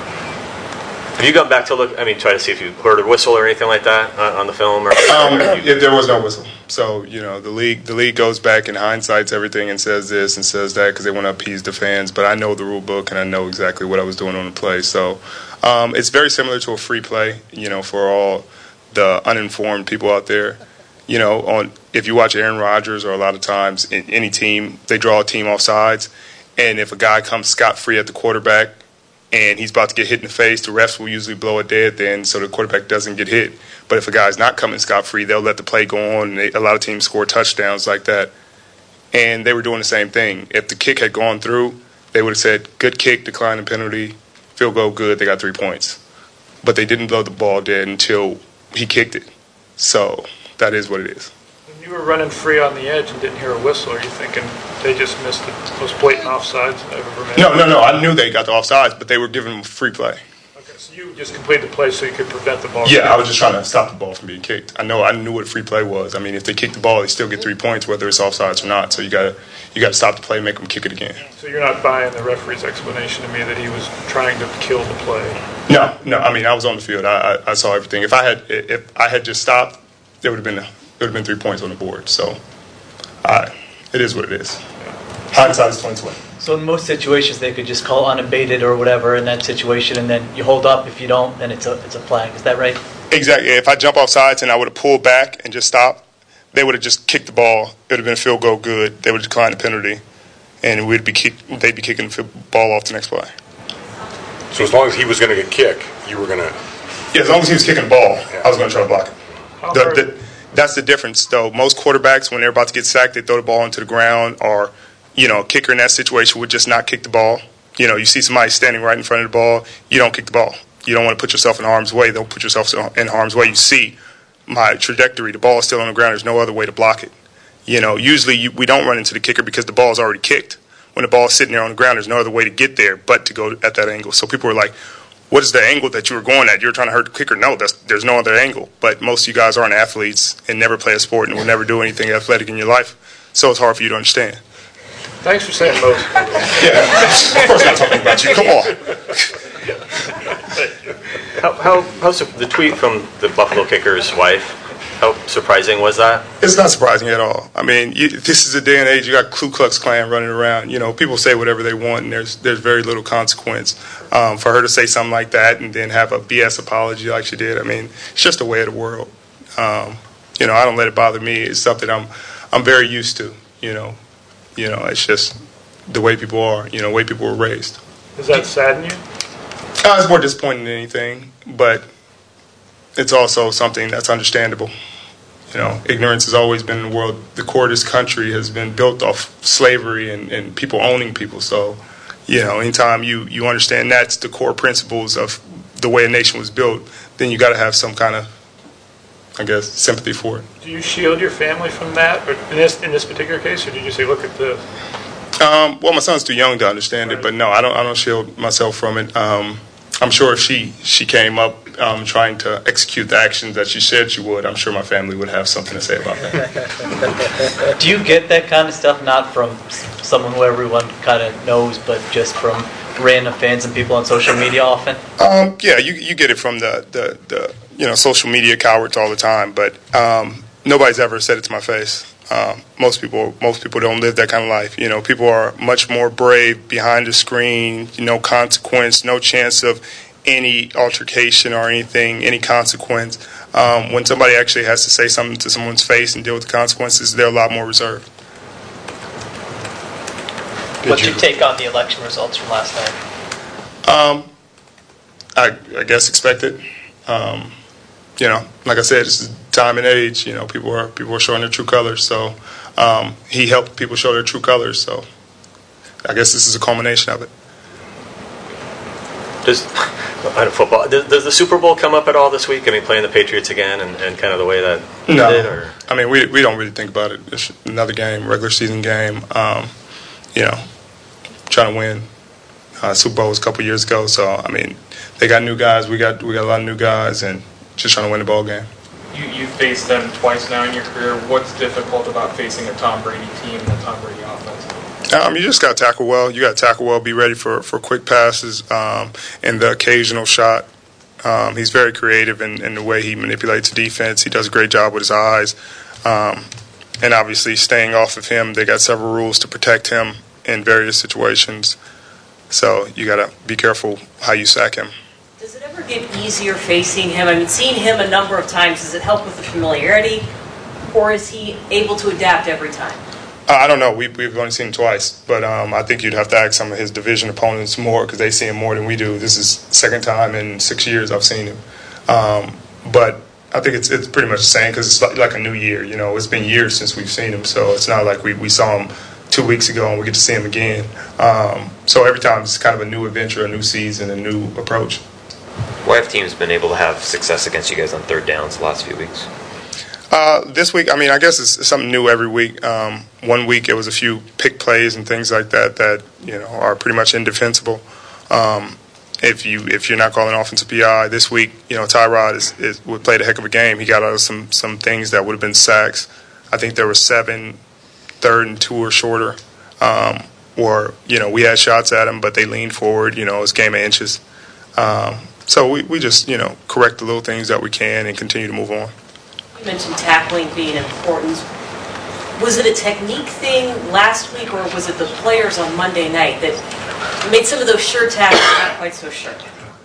have you gone back to look? I mean, try to see if you heard a whistle or anything like that on, on the film? Or,
Um,
or you-
yeah, there was no whistle. So you know, the league the league goes back and hindsights everything and says this and says that because they want to appease the fans. But I know the rule book and I know exactly what I was doing on the play. So um, it's very similar to a free play. You know, for all the uninformed people out there. You know, on if you watch Aaron Rodgers or a lot of times in any team, they draw a team off sides, and if a guy comes scot free at the quarterback and he's about to get hit in the face, the refs will usually blow it dead then, so the quarterback doesn't get hit. But if a guy's not coming scot free, they'll let the play go on. And they, a lot of teams score touchdowns like that. And they were doing the same thing. If the kick had gone through, they would have said, good kick, decline the penalty, field goal good, they got three points. But they didn't blow the ball dead until he kicked it. So that is what it is.
When you were running free on the edge and didn't hear a whistle, are you thinking they just missed the most blatant offsides I've ever made?
No, no, no. I knew they got the offsides, but they were giving him free play.
Okay, so you just completed the play so you could prevent the ball. from
Yeah, I
getting-
was just trying to stop the ball from being kicked. I know I knew what free play was. I mean, if they kick the ball, they still get three points, whether it's offsides or not. So you gotta you gotta stop the play, and make them kick it again.
So you're not buying the referee's explanation to me that he was trying to kill the play.
No, no. I mean, I was on the field. I, I, I saw everything. If I had if I had just stopped, there would have been there would have been three points on the board. So, I, it is what it is. Hindsight is twenty twenty.
So in most situations, they could just call unabated or whatever in that situation, and then you hold up. If you don't, then it's a it's a flag. Is that right?
Exactly. If I jump off sides and I would have pulled back and just stopped, they would have just kicked the ball. It would have been a field goal good. They would have declined the penalty, and we'd be kick, they'd be kicking the field- ball off the next play.
So as long as he was going to get kicked, you were going to.
Yeah, as long as he was kicking the ball, I was going to try to block him. The- the- that's the difference, though. Most quarterbacks, when they're about to get sacked, they throw the ball into the ground, or you know, a kicker in that situation would just not kick the ball. You know, you see somebody standing right in front of the ball, you don't kick the ball. You don't want to put yourself in harm's way. Don't put yourself in harm's way. You see my trajectory; the ball is still on the ground. There's no other way to block it. You know, usually you, we don't run into the kicker because the ball is already kicked. When the ball's sitting there on the ground, there's no other way to get there but to go at that angle. So people are like, what is the angle that you were going at? You're trying to hurt the kicker. No, that's, there's no other angle. But most of you guys aren't athletes and never play a sport and will never do anything athletic in your life, so it's hard for you to understand. [laughs]
Thanks for saying most.
yeah, of course I'm talking about you. Come on.
how, how, how sur- the tweet from the Buffalo kicker's wife, how surprising was that?
It's not surprising at all. I mean, you, this is a day and age you got Ku Klux Klan running around. You know, people say whatever they want, and there's there's very little consequence um, for her to say something like that and then have a BS apology like she did. I mean, it's just the way of the world. Um, you know, I don't let it bother me. It's something I'm I'm very used to. You know, you know, it's just the way people are. You know, the way people were raised.
Does that sadden you?
Uh, it's more disappointing than anything, but it's also something that's understandable. You know, ignorance has always been in the world. The core of this country has been built off slavery and, and people owning people. So, you know, anytime you, you understand that's the core principles of the way a nation was built, then you got to have some kind of, I guess, sympathy for it.
Do you shield your family from that, or in this in this particular case, or did you say, look at this?
Um, well, my son's too young to understand it, but no, I don't. I don't shield myself from it. Um, I'm sure if she she came up um, trying to execute the actions that she said she would, I'm sure my family would have something to say about that.
[laughs] Do you get that kind of stuff not from s- someone who everyone kind of knows, but just from random fans and people on social media often?
um, yeah, you you get it from the, the the you know social media cowards all the time, but um, nobody's ever said it to my face. Um, most people, most people don't live that kind of life. You know, people are much more brave behind the screen. You know, consequence, no chance of any altercation or anything, any consequence. Um, when somebody actually has to say something to someone's face and deal with the consequences, they're a lot more reserved.
What's your take on the election results from last night?
Um, I, I guess expected. Um, you know, like I said, it's time and age. You know, people are people are showing their true colors. So um, he helped people show their true colors. So I guess this is a culmination of it.
Does out of football does, does the Super Bowl come up at all this week? I mean, playing the Patriots again and, and kind of the way that ended, or
I mean, we we don't really think about it. It's another game, regular season game. Um, you know, trying to win. Uh, Super Bowl was a couple years ago, so I mean, they got new guys. We got we got a lot of new guys, and just trying to win the ball game.
You, you faced them twice now in your career. What's difficult about facing a Tom Brady team and a Tom Brady offense?
Um, you just got to tackle well. You got to tackle well. Be ready for, for quick passes um, and the occasional shot. Um, he's very creative in, in the way he manipulates defense. He does a great job with his eyes, um, and obviously staying off of him. They got several rules to protect him in various situations. So you got to be careful how you sack him.
Does it ever get easier facing him? I mean, seeing him a number of times, does it help with the familiarity? Or is he able to adapt every time?
I I don't know. We, we've only seen him twice, but um, I think you'd have to ask some of his division opponents more because they see him more than we do. This is second time in six years I've seen him, um, but I think it's it's pretty much the same because it's like, like a new year. You know, it's been years since we've seen him, so it's not like we, we saw him two weeks ago and we get to see him again. Um, so every time it's kind of a new adventure, a new season, a new approach.
Why have teams been able to have success against you guys on third downs the last few weeks?
Uh, this week, I mean, I guess it's something new every week. Um, one week it was a few pick plays and things like that that you know are pretty much indefensible. Um, if you if you're not calling offensive PI this week, you know Tyrod is, is would played a heck of a game. He got out of some some things that would have been sacks. I think there were seven third and two or shorter, um, or you know we had shots at him, but they leaned forward. You know it was game of inches. Um, so we, we just you know correct the little things that we can and continue to move on.
You mentioned tackling being important. Was it a technique thing last week, or was it the players on Monday night that made some of those sure tackles not quite so sure?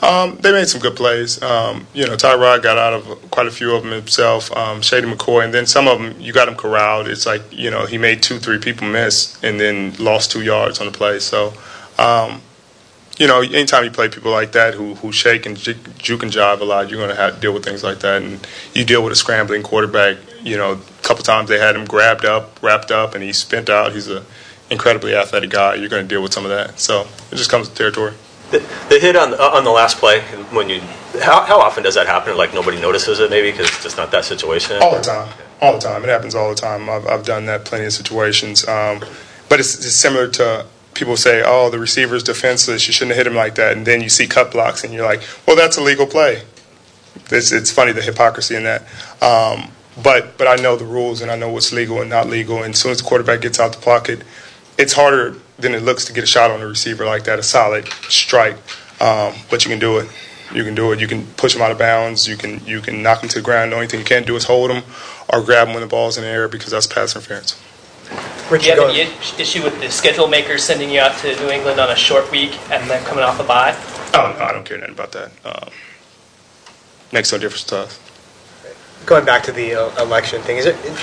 Um, they made some good plays. Um, you know, Tyrod got out of quite a few of them himself. Um, Shady McCoy, and then some of them you got him corralled. It's like you know he made two, three people miss, and then lost two yards on the play. So, um, you know, anytime you play people like that who who shake and ju- juke and jive a lot, you're going to have to deal with things like that. And you deal with a scrambling quarterback. You know, a couple times they had him grabbed up, wrapped up, and he spent out. He's a incredibly athletic guy. You're going to deal with some of that. So it just comes with territory.
The, the hit on uh, on the last play when you how, how often does that happen? Like nobody notices it maybe because it's just not that situation.
All the time. All the time. It happens all the time. I've, I've done that plenty of situations. Um, but it's, it's similar to people say, oh, the receiver's defenseless. You shouldn't have hit him like that. And then you see cut blocks and you're like, well, that's a legal play. It's, it's funny the hypocrisy in that. Um, but, but I know the rules and I know what's legal and not legal. And as soon as the quarterback gets out the pocket, it's harder than it looks to get a shot on a receiver like that, a solid strike. Um, but you can do it. You can do it. You can push him out of bounds. You can you can knock him to the ground. The only thing you can't do is hold him or grab him when the ball's in the air because that's pass interference.
Do you have any i- issue with the schedule makers sending you out to New England on a short week and then coming off a bye?
Oh no, I don't care nothing about that. Um, makes no difference to us.
Going back to the uh, election thing, is it, it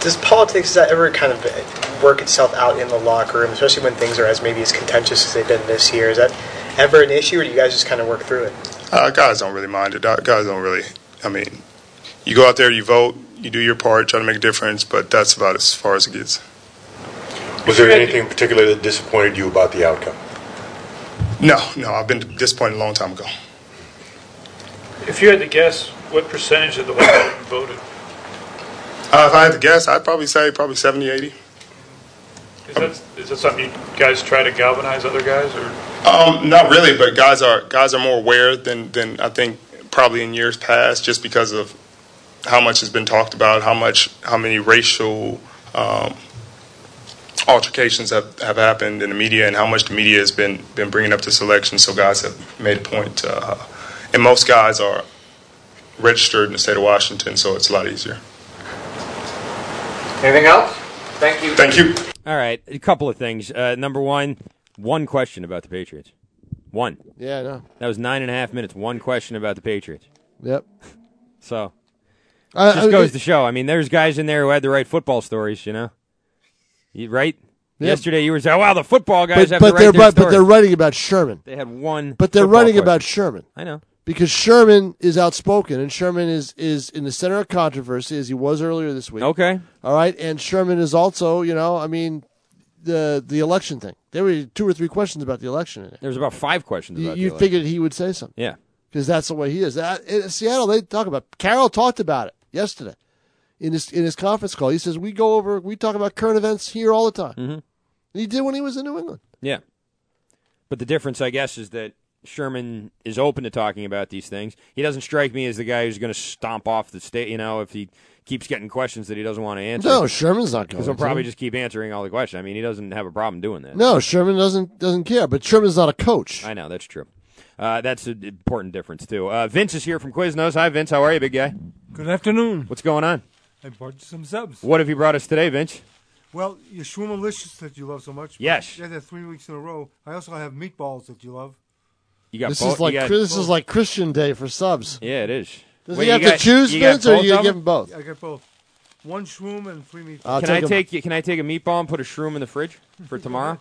does politics does that ever kind of work itself out in the locker room, especially when things are as maybe as contentious as they've been this year? Is that ever an issue, or do you guys just kind of work through it?
Uh, guys don't really mind it. Uh, Guys don't really. I mean, you go out there, you vote, you do your part, try to make a difference, but that's about as far as it gets.
Was there anything in particular that disappointed you about the outcome?
No, no, I've been disappointed a long time ago.
If you had to guess, what percentage of the white vote voted?
Uh, if I had to guess, I'd probably say probably 70, 80.
Is that, is that something you guys try to galvanize other guys, or
Um, not really, but guys are guys are more aware than than I think probably in years past, just because of how much has been talked about, how much how many racial um, altercations have, have happened in the media, and how much the media has been been bringing up this election. So guys have made a point, uh, and most guys are registered in the state of Washington, so it's a lot easier.
Anything else?
Thank you.
Thank you.
All right, a couple of things. Uh, number one, one question about the Patriots. One.
Yeah, I know.
That was nine and a half minutes. One question about the Patriots.
Yep.
[laughs] So,
Uh,
just
uh,
goes
it-
to show. I mean, there's guys in there who had the right football stories, you know? You, right?
Yeah.
Yesterday you were saying, "Oh, wow, the football guys have
but
the
they're
right to their
but, but they're
stories."
writing about Sherman.
They had one
But they're
football
writing
question.
about Sherman.
I know.
Because Sherman is outspoken, and Sherman is is in the center of controversy as he was earlier this week.
Okay.
All right, and Sherman is also, you know, I mean, the the election thing. There were two or three questions about the election in it.
There was about five questions
You,
about
you
the
figured he would say something.
Yeah.
because that's the way he is. That, in Seattle, they talk about. Carroll talked about it yesterday in his in his conference call. He says we go over, we talk about current events here all the time. Mm-hmm. And he did when he was in New England.
Yeah. But the difference, I guess, is that Sherman is open to talking about these things. He doesn't strike me as the guy who's going to stomp off the state, you know, if he keeps getting questions that he doesn't want to answer.
No, Sherman's not
Because
going
he'll
to.
probably just keep answering all the questions. I mean, he doesn't have a problem doing that.
No, Sherman doesn't doesn't care. But Sherman's not a coach.
I know, that's true. Uh, that's an important difference, too. Uh, Vince is here from Quiznos. Hi, Vince. How are you, big guy?
Good afternoon.
What's going on?
I brought you some subs.
What have you brought us today, Vince?
Well, your shmoomalicious that you love so much.
Yes.
Yeah, that's three weeks in a row. I also have meatballs that you love.
You got
this
both-
is like
you got-
Chris- this is like Christian Day for subs.
Yeah, it is.
Does
Wait,
he
you
have
got-
to choose
you got
Vince, or
both
you
of
give
them?
him both?
I got both. One shroom and three meatballs.
can I take you? Can I take a meatball and put a shroom in the fridge
[laughs]
for tomorrow?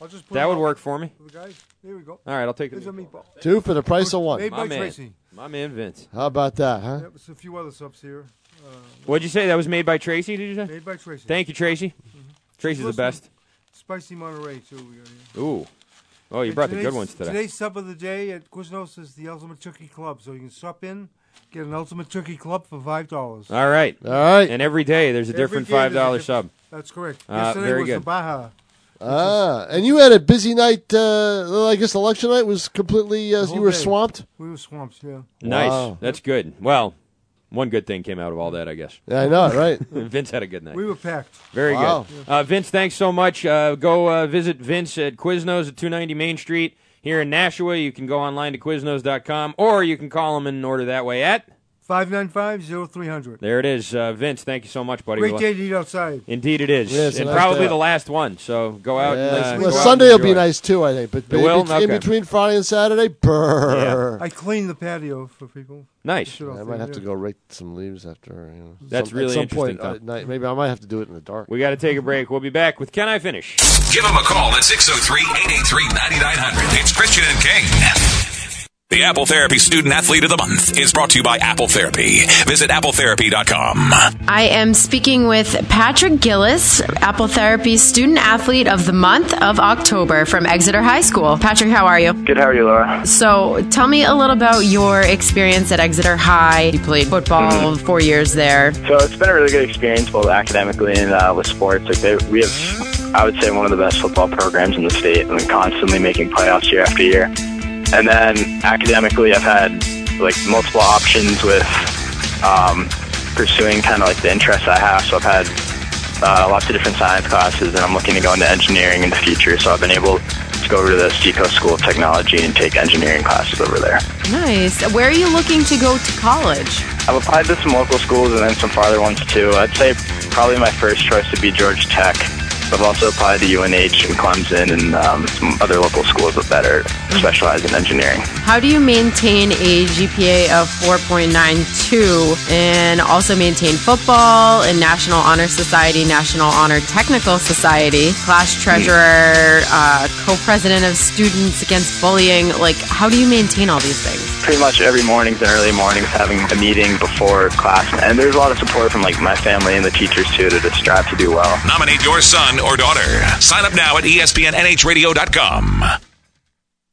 I'll just put
that
it
would
out
work for me.
for the guys. There we go.
All right, I'll take the
Here's a
meatball.
Two for the price of one.
Made
My
by
man.
Tracy.
My man Vince.
How about that, huh?
Yep, there's a few other subs here. Uh,
What'd you say? That was made by Tracy. Did you say?
Made by Tracy. Mm-hmm.
Thank you, Tracy. Tracy's the
Listen,
best.
Spicy Monterey, too. We got here.
Ooh, oh, you
And
brought the good
today's-
ones today.
Today's sub of the day at Quiznos is the Ultimate Turkey Club. So you can stop in, get an Ultimate Turkey Club for $5.
All right, all
right.
And every day there's a
Every
different
day there's a
five dollar sub.
different- That's correct.
Uh,
Yesterday
very
was
good.
the Baja.
Ah, and you had a busy night. Uh, I guess election night was completely. Uh,
The
you
whole
were
day.
swamped.
We were swamped, yeah.
Nice.
Wow.
That's good. Well, one good thing came out of all that, I guess.
Yeah, I know, right?
[laughs] Vince had a good night.
We were packed.
Very
Wow.
good. Uh, Vince, thanks so much. Uh, go uh, visit Vince at Quiznos at 290 Main Street here in Nashua. You can go online to quiznos.com or you can call him and order that way at.
[laughs]
595-0300.
There it is. Uh, Vince, thank you so much, buddy.
Great
We'll-
day to eat outside.
Indeed, it is.
Yes, a
and
nice
probably
day out.
the last one. So go out
Yeah,
and. Uh,
well,
go out
Sunday
and
will be
enjoy it.
nice too, I think. But
It
in
will?
bet- in
Okay.
between Friday and Saturday, brr.
I cleaned the patio for people.
Nice.
Shit off
I
there,
might have
yeah.
to go rake some leaves after. You know,
That's
some,
really
at some
interesting,
point uh,
Tom.
at
[laughs]
night. Maybe I might have to do it in the dark.
We got to take a break. We'll be back with Can I Finish?
Give them a call at 603 883 9900. It's Christian and King. The Apple Therapy Student Athlete of the Month is brought to you by Apple Therapy. Visit appletherapy.com.
I am speaking with Patrick Gillis, Apple Therapy Student Athlete of the Month of October from Exeter High School. Patrick, how are you?
Good, how are you, Laura?
So, tell me a little about your experience at Exeter High. You played football
Mm-hmm.
four years there.
So it's been a really good experience, both academically and uh, with sports. Like they, we have, I would say, one of the best football programs in the state, and constantly making playoffs year after year. And then academically, I've had like multiple options with um, pursuing kind of like the interests I have. So I've had uh, lots of different science classes, and I'm looking to go into engineering in the future. So I've been able to go over to the Seacoast School of Technology and take engineering classes over there.
Nice. Where are you looking to go to college?
I've applied to some local schools and then some farther ones too. I'd say probably my first choice would be George Tech. I've also applied to UNH and Clemson and um, some other local schools that are specialized in engineering.
How do you maintain a GPA of 4.92 and also maintain football and National Honor Society, National Honor Technical Society, class treasurer, uh, co president of Students Against Bullying? Like, how do you maintain all these things?
Pretty much every mornings and early mornings having a meeting before class. And there's a lot of support from like my family and the teachers too to just strive to do well.
Nominate your son or daughter. Sign up now at E espnnhradio.com.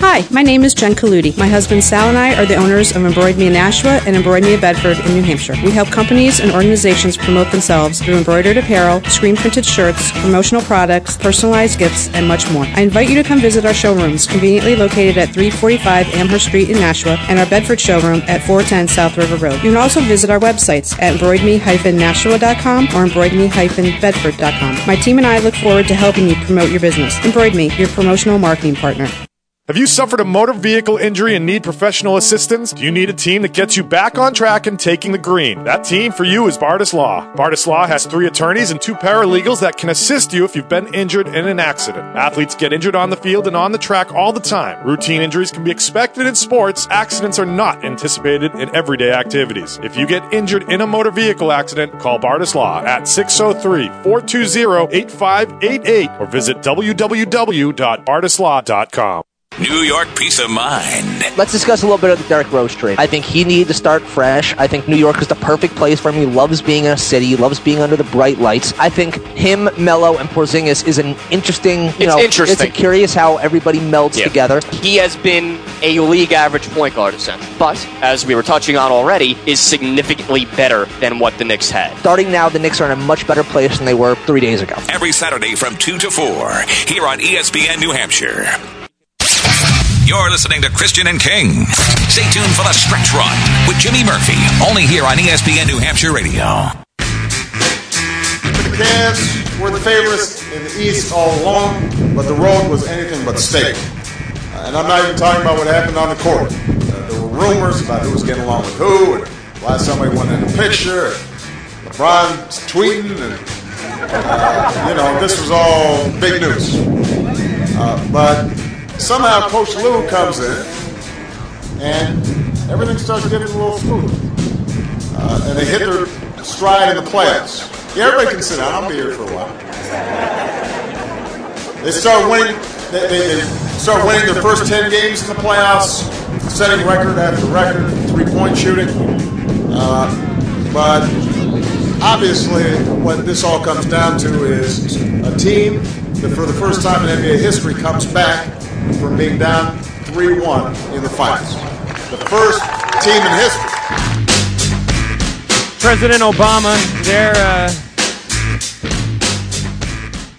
Hi, my name is Jen Kaludi. My husband Sal and I are the owners of Embroid Me in Nashua and Embroid Me in Bedford in New Hampshire. We help companies and organizations promote themselves through embroidered apparel, screen printed shirts, promotional products, personalized gifts, and much more. I invite you to come visit our showrooms, conveniently located at 345 Amherst Street in Nashua, and our Bedford showroom at 410 South River Road. You can also visit our websites at embroidme-nashua.com or embroidme-bedford.com. My team and I look forward to helping you promote your business. Embroid Me, your promotional marketing partner.
Have you suffered a motor vehicle injury and need professional assistance? Do you need a team that gets you back on track and taking the green? That team for you is Bardas Law. Bardas Law has three attorneys and two paralegals that can assist you if you've been injured in an accident. Athletes get injured on the field and on the track all the time. Routine injuries can be expected in sports. Accidents are not anticipated in everyday activities. If you get injured in a motor vehicle accident, call Bardas Law at 603-420-8588 or visit www.bardaslaw.com.
New York Peace of Mind.
Let's discuss a little bit of the Derek Rose trade. I think he needed to start fresh. I think New York is the perfect place for him. He loves being in a city. He loves being under the bright lights. I think him, Mello, and Porzingis is an interesting. You
It's
know,
interesting.
It's curious how everybody melds together.
He has been a league average point guard, essentially. But, as we were touching on already, is significantly better than what the Knicks had.
Starting now, the Knicks are in a much better place than they were three days ago.
Every Saturday from 2 to 4 here on E ESPN New Hampshire. You're listening to Christian and King. Stay tuned for the stretch run with Jimmy Murphy, only here on E ESPN New Hampshire Radio.
The Cavs were the favorites in the East all along, but the road was anything but steak. Uh, and I'm not even talking about what happened on the court. Uh, there were rumors about who was getting along with who, and last somebody went in the picture, and LeBron's tweeting, and uh, you know this was all big news. Uh, but somehow Coach Lou comes in, and everything starts getting a little smooth, uh, and they hit their stride in the playoffs. Yeah, everybody can sit down. I'll be here for a while. They start winning. They, they, they start winning their first ten games in the playoffs, setting record after record, three-point shooting. Uh, but obviously, what this all comes down to is a team that, for the first time in NBA history, comes back from being down three-one in the finals. The first team in history.
President Obama, they're uh,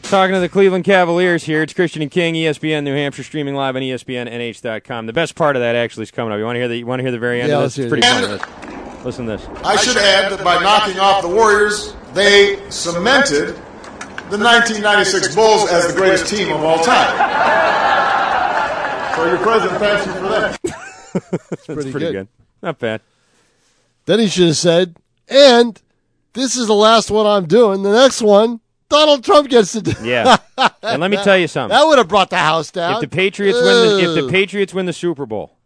talking to the Cleveland Cavaliers here. It's Christian and King, E ESPN New Hampshire, streaming live on E ESPNNH.com. The best part of that actually is coming up. You want to hear the you want to hear the very end
Yeah,
of
let's
this?
hear
It's pretty
it.
funny. Listen to this.
I should add that by knocking off the Warriors, they cemented the 1996 Bulls as the greatest team of all time. So, your president thanks you for that.
It's pretty,
good.
Not bad.
Then he should have said, and this is the last one I'm doing. The next one, Donald Trump gets to do.
Yeah. And let me
[laughs]
tell you something.
That would have brought the house down.
If the Patriots win, the, if the Patriots win the Super Bowl,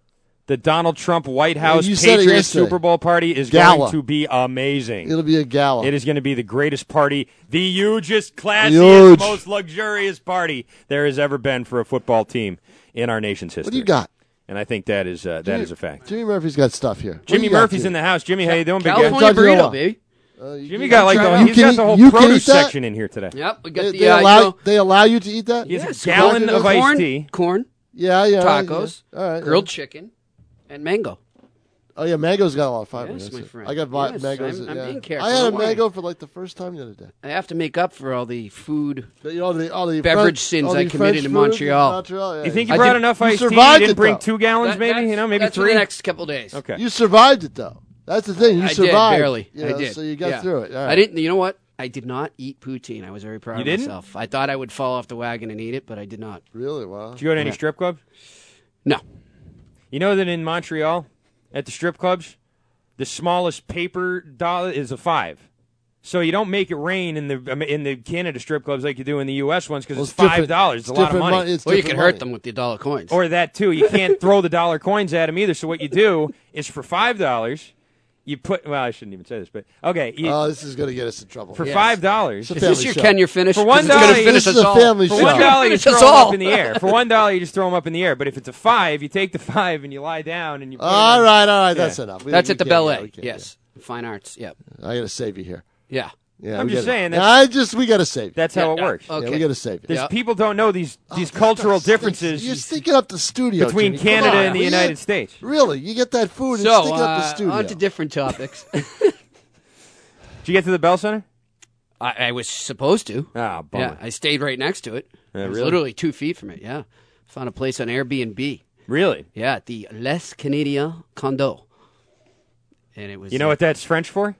the Donald Trump White House
You said it
Patriots
yesterday.
Super Bowl party is
Gala.
going to be amazing.
It'll be a gala.
It is going to be the greatest party, the hugest, classiest,
Huge.
most luxurious party there has ever been for a football team in our nation's history.
What do you got?
And I think that is uh, that
Jimmy-
is a fact.
Jimmy Murphy's got stuff here. What do
Jimmy
you got,
Murphy's
Jimmy?
in the house. Jimmy, how you doing, big
California
guy?
burrito, Talk to you
baby.
Jimmy got like the,
You
he's
can
got
eat-
the whole
you can
produce
eat that?
section in here today.
Yep, we got
They,
the
they
uh, you
allow,
know-
they allow you to eat that?
Yes,
a gallon
corn-
of iced
corn,
tea.
corn,
Yeah, yeah.
tacos,
yeah. All right.
grilled
yeah.
chicken, and mango.
Oh yeah, mango's got a lot of fiber.
Yes,
that's
my
it.
friend.
I got vi-
Yes,
mangoes.
I'm- I'm
yeah.
being careful,
I had
don't
a
worry.
mango for like the first time the other day.
I have to make up for all the food,
all the, all the
beverage
French-
sins
all
I
the
committed
French
in
food in
Montreal.
Montreal, yeah.
You think you
I
brought
did-
enough
you
iced tea? You
survived
didn't
it,
bring
though.
two gallons,
That-
maybe
that's-
you know, maybe
that's for
three.
the next couple days.
Okay.
You survived it though. That's the thing. You
I did
survived.
barely.
you
I
know,
did.
So you got
Yeah.
through it. All right.
I didn't. You know what? I did not eat poutine. I was very proud
You
of
didn't?
myself. I thought I would fall off the wagon and eat it, but I did not.
Really? Wow.
Did you go to any strip clubs?
No.
You know that in Montreal, at the strip clubs, the smallest paper dollar is a five. So you don't make it rain in the in the Canada strip clubs like you do in the U.S. ones because it's five dollars. It's, a lot of money.
well, you can hurt them with the dollar coins.
Or that too.
[laughs]
You can't throw the dollar coins at them either. So what you do is for five dollars, you put. Well, I shouldn't even say this, but okay. You,
Oh, this is going to get us in trouble.
for
Yes.
five dollars.
It's a Is this family your show. Can You're Finished?
For
'Cause
one
it's gonna
dollar,
finish This is us a all. family
for
show.
one dollar, you
Finish
throw
us
them
all.
up in the air.
[laughs]
For one dollar, you just throw them up in the air. But if it's a five, you take the [laughs] five and you lie down and you.
All right, all right, that's enough. We-
That's
we
at the
can't-
Bel
yeah,
Air.
we can't,
yes, Fine Arts. Yep.
I got to save you here.
Yeah.
Yeah,
I'm
we
just
gotta-
saying that's-
I just we got to save.
That's how it works.
Yeah, we got to save it. Oh,
There's people don't know these these cultural differences.
You're stinking up the studio
Between
Jimmy. Come
Canada
on.
and the
We
United
had-
States.
Really, you get that food and
So,
stick it up the
uh,
studio.
on to different topics.
Did you get to the Bell Center?
[laughs] I, I was supposed to.
Ah, bummer.
Yeah, I stayed right next to it.
Yeah,
I was
really?
literally two feet from it. Yeah, found a place on Airbnb.
Really?
Yeah, at the Les Canadiens Condo. And it was. uh,
You know what that's French for?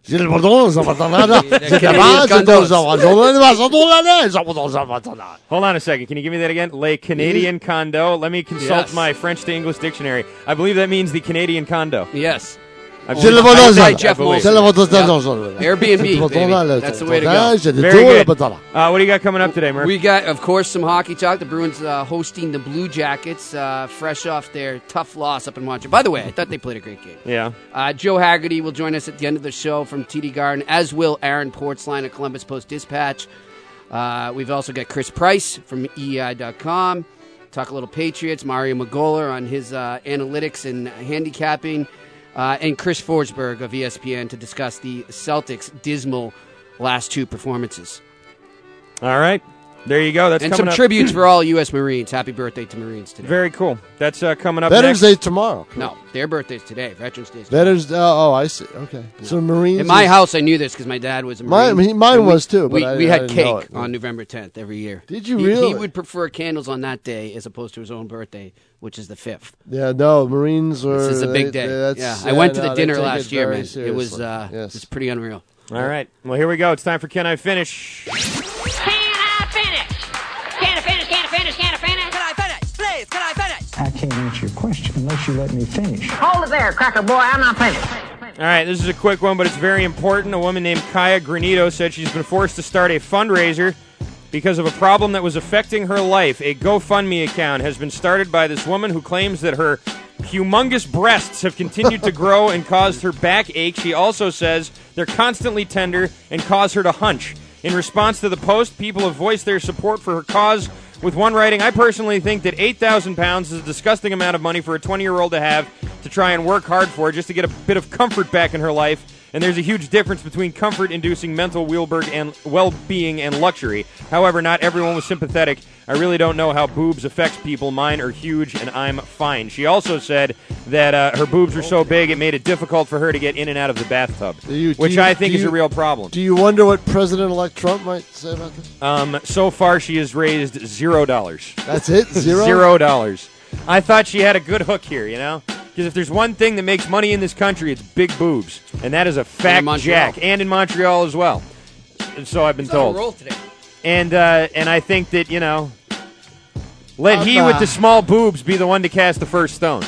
Hold on a second. Can you give me that again? Le Canadian condo. Let me consult
Yes.
my French to English dictionary. I believe that means the Canadian condo.
Yes.
I
Owned
believe-
by
I believe-
Jeff
I believe.
Molson. Yeah. Airbnb, baby. That's the way to go.
Very good. Uh, what do you got coming up today,
[laughs]
Murph?
We got, of course, some hockey talk. The Bruins uh, hosting the Blue Jackets, uh, fresh off their tough loss up in Montreal. By the way, I thought they played a great game.
yeah.
Uh, Joe Haggerty will join us at the end of the show from TD Garden, as will Aaron Portsline of Columbus Post Dispatch. Uh, we've also got Chris Price from E EI.com. Talk a little Patriots. Mario Magola on his uh, analytics and handicapping. Uh, and Chris Forsberg of E ESPN to discuss the Celtics' dismal last two performances.
All right. There you go. That's
and
coming
some
up.
tributes for all U.S. Marines. Happy birthday to Marines today.
Very cool. That's uh, coming up.
Veterans Day
next.
tomorrow.
No, Oh, their birthday's today. Veterans Day.
Veterans. Oh, oh, I see. Okay, so Marines.
In my
is-
house, I knew this because my dad was a
Mine-
Marine.
he- mine
And we-
was too. But
we
I,
we
I
had
didn't know
cake
it.
on November 10th every year.
Did you
He-
really?
He would prefer candles on that day as opposed to his own birthday, which is the 5th.
Yeah, no, Marines are.
This is a big
they-
day.
they- that's-
yeah, I went to
no,
the
they
dinner
take
last year,
very
man. It was
seriously.
uh, it was pretty unreal.
All right. Well, here we go. It's time for Can I Finish?
Can I finish? Can I finish? Can I finish? Can I finish? Please, can I finish?
I can't answer your question unless you let me finish.
Hold it there, cracker boy. I'm not finished.
All right, this is a quick one, but it's very important. A woman named Kaya Granito said she's been forced to start a fundraiser because of a problem that was affecting her life. A GoFundMe account has been started by this woman who claims that her humongous breasts have continued to grow and caused her back ache. She also says they're constantly tender and cause her to hunch. In response to the post, people have voiced their support for her cause. With one writing, I personally think that 8,000 pounds is a disgusting amount of money for a 20 year old to have to try and work hard for just to get a bit of comfort back in her life. And there's a huge difference between comfort inducing mental Wheelberg and well being and luxury. However, not everyone was sympathetic. I really don't know how boobs affects people. Mine are huge and I'm fine. She also said that uh, her boobs were so big it made it difficult for her to get in and out of the bathtub,
You- do
which
you-
I think
do
is
you-
a real problem.
Do you wonder what President-elect Trump might say about this?
Um, so far, she has raised zero dollars.
That's it? Zero?
zero dollars. I thought she had a good hook here, you know? Because if there's one thing that makes money in this country, it's big boobs. And that is a
in
fact,
Montreal.
Jack. And in Montreal as well. So I've been
He's on a
told.
roll today.
And, uh, and I think that, you know, let
I'm,
he
uh,
with the small boobs be the one to cast the first stone.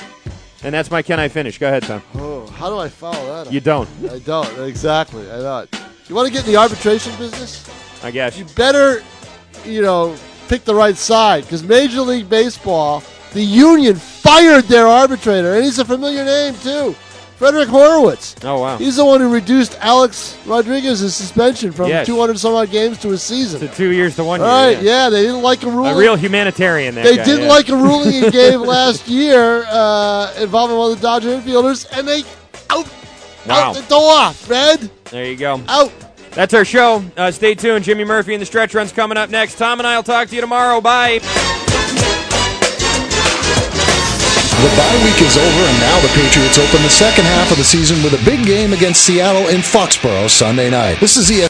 And that's my can I finish. Go ahead, Tom.
Oh, how do I follow that? up?
You don't.
I don't exactly. I don't. You want to get in the arbitration business?
I guess.
You better, you know, pick the right side because Major League Baseball, the union fired their arbitrator, and he's a familiar name too, Frederick Horowitz.
Oh, wow.
He's the one who reduced Alex Rodriguez's suspension from
Yes.
200 some odd games to a season.
To two years to one
All
year.
right, yeah. they didn't like a ruling.
A real humanitarian there.
They didn't like a ruling
[laughs]
he gave last year uh, involving one of the Dodger infielders, and they out,
Wow.
out the door, Fred.
There you go.
Out.
That's our show. Uh, stay tuned. Jimmy Murphy and the stretch run's coming up next. Tom and I will talk to you tomorrow. Bye.
The bye week is over, and now the Patriots open the second half of the season with a big game against Seattle in Foxborough Sunday night. This is E the